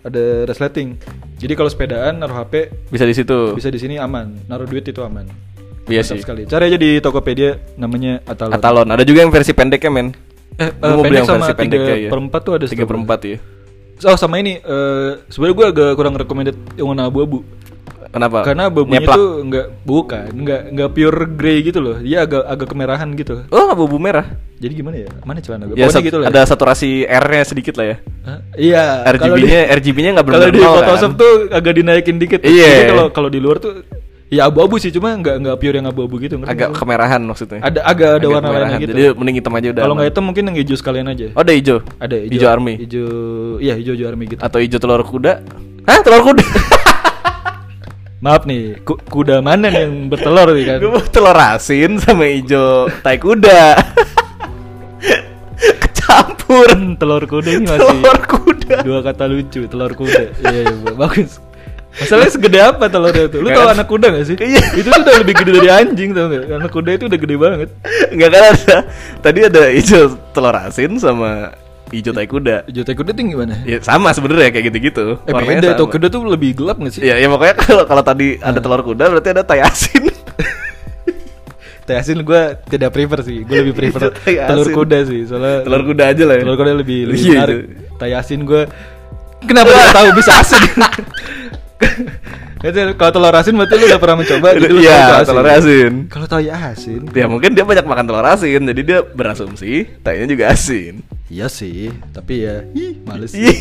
ada resleting. Jadi kalau sepedaan naruh HP Bisa di situ. bisa di sini aman naruh duit itu aman Iya Mantap sih. sekali cari aja di tokopedia namanya atalon, Atalon. Ada juga yang versi pendeknya, men. eh, Gua eh, mau beli pendek yang sama versi tiga pendeknya, ya. per empat tuh ada Tiga per setahu empat ya. gue. oh sama ini eh sebenarnya gue agak kurang recommended yang warna abu-abu Kenapa? karena abu-abunya Nyeplak. tuh nggak bukan nggak nggak pure grey gitu loh dia agak agak kemerahan gitu Oh, abu-abu merah. jadi gimana ya mana celana gue Ya, pokoknya sat- gitu lah ya. ada saturasi R-nya sedikit lah ya. Hah? iya kalau di- RGB-nya RGB-nya nggak kalau benar-benar di nol, kan? Photoshop tuh agak dinaikin dikit Iya. Jadi kalau kalau di luar tuh ya abu-abu sih cuma nggak nggak pure yang abu-abu gitu ngerti agak nggak sih? kemerahan maksudnya. ada agak ada Iya. Agak warna lainnya kemerahan. gitu Jadi mending hitam aja udah. Kalau nggak aman. hitam mungkin yang hijau sekalian aja. Oh, ada hijau. Ada hijau, Hijau army. Hijau, iya hijau hijau army gitu. Atau hijau telur kuda? Hah, telur kuda? Maaf nih, ku- kuda mana nih yang bertelur nih kan? Gue mau telur asin sama hijau tai kuda. Kecampur. Hmm, <laughs> telur kuda ini masih Telur kuda. dua kata lucu, telur kuda. Iya, iya, ba- bagus. <laughs> Masalahnya segede apa telurnya itu? Lu Nggak tau ada. anak kuda gak sih? Iya. Itu tuh udah lebih gede dari anjing tau gak? Anak kuda itu udah gede banget. Enggak kan ada. Tadi ada hijau telur asin sama hijau tai kuda. Hijau tai kuda tinggi gimana? Ya sama sebenarnya kayak gitu-gitu. Eh Warnanya beda, sama. tau kuda tuh lebih gelap gak sih? Ya, ya pokoknya kalau kalau tadi ada telur kuda berarti ada tai asin. Teh asin gue tidak prefer sih, gue lebih <laughs> prefer Hijau tai telur asin. kuda sih, soalnya telur kuda aja lah. ya. Telur kuda <laughs> lebih lebih Iya, menarik. itu. Tai asin gue kenapa gak tahu bisa <laughs> asin? Itu kalau telur asin berarti lu udah pernah mencoba jadi lu Iya, tahu itu telur asin. Kalau tai asin, Ya mungkin dia banyak makan telur asin jadi dia berasumsi tainya juga asin. iya sih, tapi ya ih, males sih.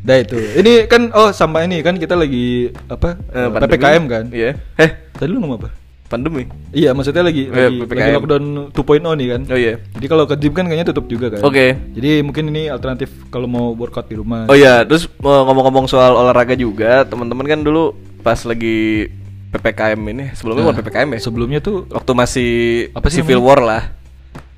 Dah itu. Ini kan oh sama ini kan kita lagi apa? Eh, pandemi. PPKM kan? Iya. Eh, Tadi lu ngomong apa? pandemi. Iya, maksudnya Eh, lagi lagi, lagi PPKM. lockdown 2.0 nih kan. Oh iya. Jadi kalau ke gym kan kayaknya tutup juga kan. Oke. Jadi mungkin ini alternatif kalau mau workout di rumah. Oh iya, terus eh, ngomong-ngomong soal olahraga juga, teman-teman kan dulu pas lagi PPKM ini, sebelumnya bukan Nah, PPKM ya. Sebelumnya tuh Waktu masih Apa sih Civil namanya? War lah.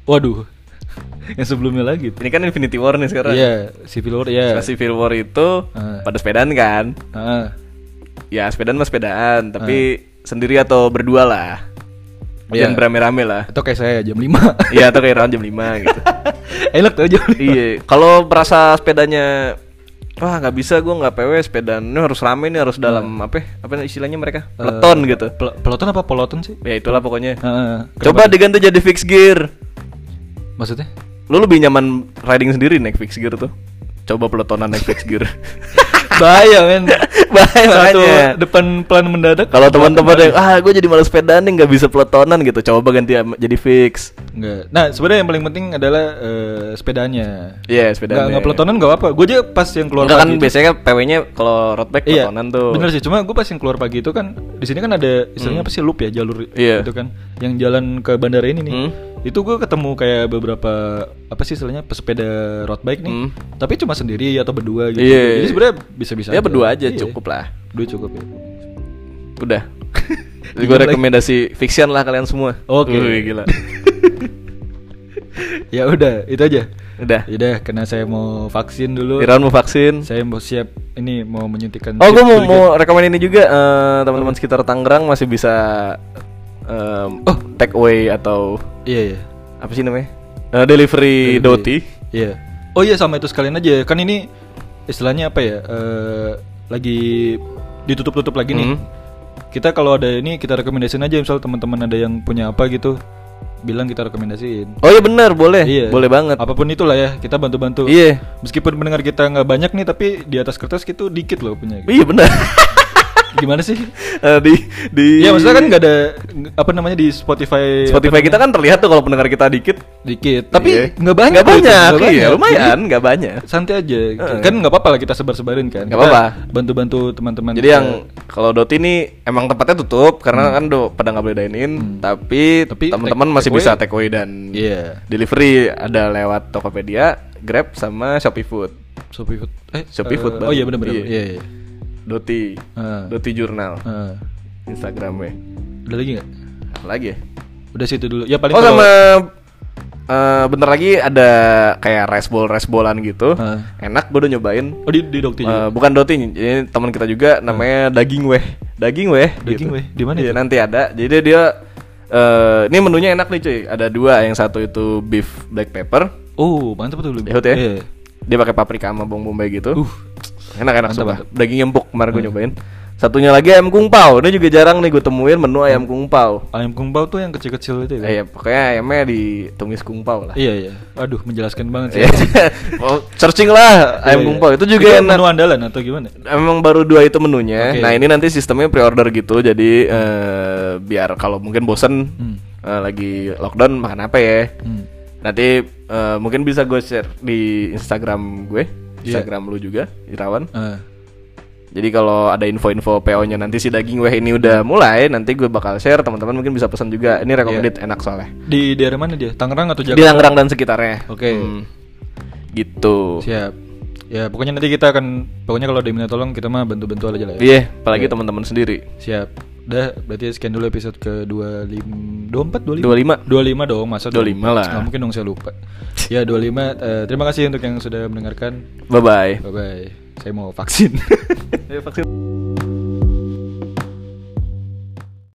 Waduh. <laughs> Yang sebelumnya lagi. tuh. Ini kan Infinity War nih sekarang. Iya, Civil War ya. Pas Civil War itu Ah. pada sepedaan kan. Ah. Ya, sepedaan mah sepedaan, tapi sendiri atau berdua lah. Nah. Iya. Yang beramai-ramai lah. Atau kayak saya jam 5. Iya, atau kayak round jam 5 gitu. <laughs> Enak tuh jam 5. iya, kalau merasa sepedanya wah nggak bisa gue nggak PW sepedaan ini harus rame nih harus dalam Iya. apa ya? apa istilahnya mereka Eh, peleton gitu. Pel- peloton apa peloton sih? Ya itulah pokoknya. Ah, Coba diganti jadi fix gear. maksudnya? <laughs> Lu lebih nyaman riding sendiri naik fix gear tuh. Coba pelotonan naik fix gear. <laughs> Bahaya men. <laughs> Bahaya Satu makanya. depan plan mendadak. Kalau teman-teman yang ah gue jadi malas sepedaan nih nggak bisa pelotonan gitu. Coba ganti am- jadi fix. Enggak. Nah, sebenarnya yang paling penting adalah eh, sepedanya. Iya, Enggak sepedaan. enggak pelotonan enggak apa-apa. Gue aja pas yang keluar Enggak kan pagi itu- biasanya PW-nya kalau road bike Iya, pelotonan tuh. Hmm. bener sih. Cuma gue pas yang keluar pagi itu kan di sini kan ada istilahnya apa sih loop ya jalur Iya. itu kan, yang jalan ke bandara ini nih. Hmm. Itu gue ketemu kayak beberapa apa sih istilahnya pesepeda road bike nih. Hmm. Tapi cuma sendiri atau berdua gitu. Iya. Jadi sebenarnya bisa-bisa. Iya. Ya berdua aja cukup lah. Berdua cukup ya. Udah. <laughs> gue Gila. rekomendasi fiction lah kalian semua. Oke. Wih, gila. ya udah, itu aja. Udah. Udah, karena saya mau vaksin dulu. Iran mau vaksin. Iya. Saya mau siap ini mau menyuntikkan. Oh, gue chip gitu. mau, curiga. mau rekomend ini juga eh, teman-teman sekitar Tangerang masih bisa em, Oh. take away atau Iya, iya. apa sih namanya Eh, delivery, doti. Iya. Oh iya sama itu sekalian aja. Kan ini istilahnya apa ya? eh, lagi ditutup-tutup lagi nih. Hmm. Kita kalau ada ini kita rekomendasiin aja misalnya teman-teman ada yang punya apa gitu. bilang kita rekomendasiin. Oh iya benar, boleh. Boleh banget. Apapun itulah ya, kita bantu-bantu. Iya. Meskipun mendengar kita nggak banyak nih, tapi di atas kertas gitu dikit loh punya. Iya benar. Gimana sih? <laughs> Eh, di di Iya maksudnya kan nggak ada nggak- apa namanya di Spotify. Spotify apa kita kan terlihat tuh kalau pendengar kita dikit. namanya, dikit, tapi Iya. nggak banyak. Nggak loh itu, banyak. Iya, nggak banyak. lumayan Jadi, nggak banyak. santai aja. Heeh. Kan nggak apa-apa lah kita sebar-sebarin kan. Nggak Kita apa-apa. Bantu-bantu teman-teman. Jadi kita. yang kalau Doti ini emang tempatnya tutup karena kan do, pada nggak boleh dine-in, tapi, Hmm. Tapi teman-teman take- masih takeaway. bisa take away dan Iya. delivery ada lewat Tokopedia, Grab sama Shopee Food. Shopee Food. Eh, Shopee eh, Food baru. Oh iya benar-benar. Iya. Iya iya. Doti, Heeh. Doti Jurnal Heeh. Instagramnya. Udah lagi nggak? Apa lagi ya? Udah situ dulu. Ya paling oh kalau- sama eh, bentar lagi ada kayak rice bowl rice bowlan gitu. Heeh. Enak gue udah nyobain. Oh di di dokter juga. Hmm. Eh, bukan doti, ini teman kita juga namanya daging weh, daging weh. Daging weh, di mana Iya itu? nanti ada. Jadi dia eh, ini menunya enak nih cuy. Ada dua, yang satu itu beef black pepper, Oh, mantap tuh lu. Yahut ya. Iya. Dia pakai paprika sama bawang bombay gitu. Uh. Enak-enak Mantap, sumpah. mantap. Hmm. Daging empuk kemarin gue nyobain. Satunya lagi ayam kungpau. Ini juga jarang nih gue temuin menu ayam Hmm. kungpau. Ayam kungpau tuh yang kecil-kecil itu ya. Eh, ya, pokoknya ayamnya ditumis kungpau lah. Iya, iya. Aduh, menjelaskan banget sih. Iya. <laughs> Oh, searching lah ayam kungpau itu juga enak. Iya, menu andalan atau gimana? Emang baru dua itu menunya. Oke. Nah ini nanti sistemnya pre-order gitu, jadi eh, biar kalau mungkin bosen Hmm. eh, lagi lockdown makan apa ya? Hmm. Nanti eh, mungkin bisa gue share di Instagram gue, Iya. Instagram lu juga, Irawan. Ah. Jadi kalau ada info-info PO-nya nanti si daging weh ini udah mulai, nanti gue bakal share. Teman-teman mungkin bisa pesan juga. Ini recommended Iya. enak soalnya. di daerah mana dia? Tangerang atau Di Jakarta? Tangerang dan sekitarnya. Oke. Hmm. Gitu. Siap. Ya, pokoknya nanti kita akan pokoknya kalau ada yang minta tolong kita mah bantu-bantu aja lah ya. Iya, apalagi teman-teman sendiri. Siap. Udah, berarti sekian dulu episode ke-25 24 25. 25 dong, masa 25 lah. Nggak mungkin dong saya lupa. Ya, 25. Eh, terima kasih untuk yang sudah mendengarkan. Bye bye. Bye bye. Saya mau vaksin. <laughs> Ayo vaksin.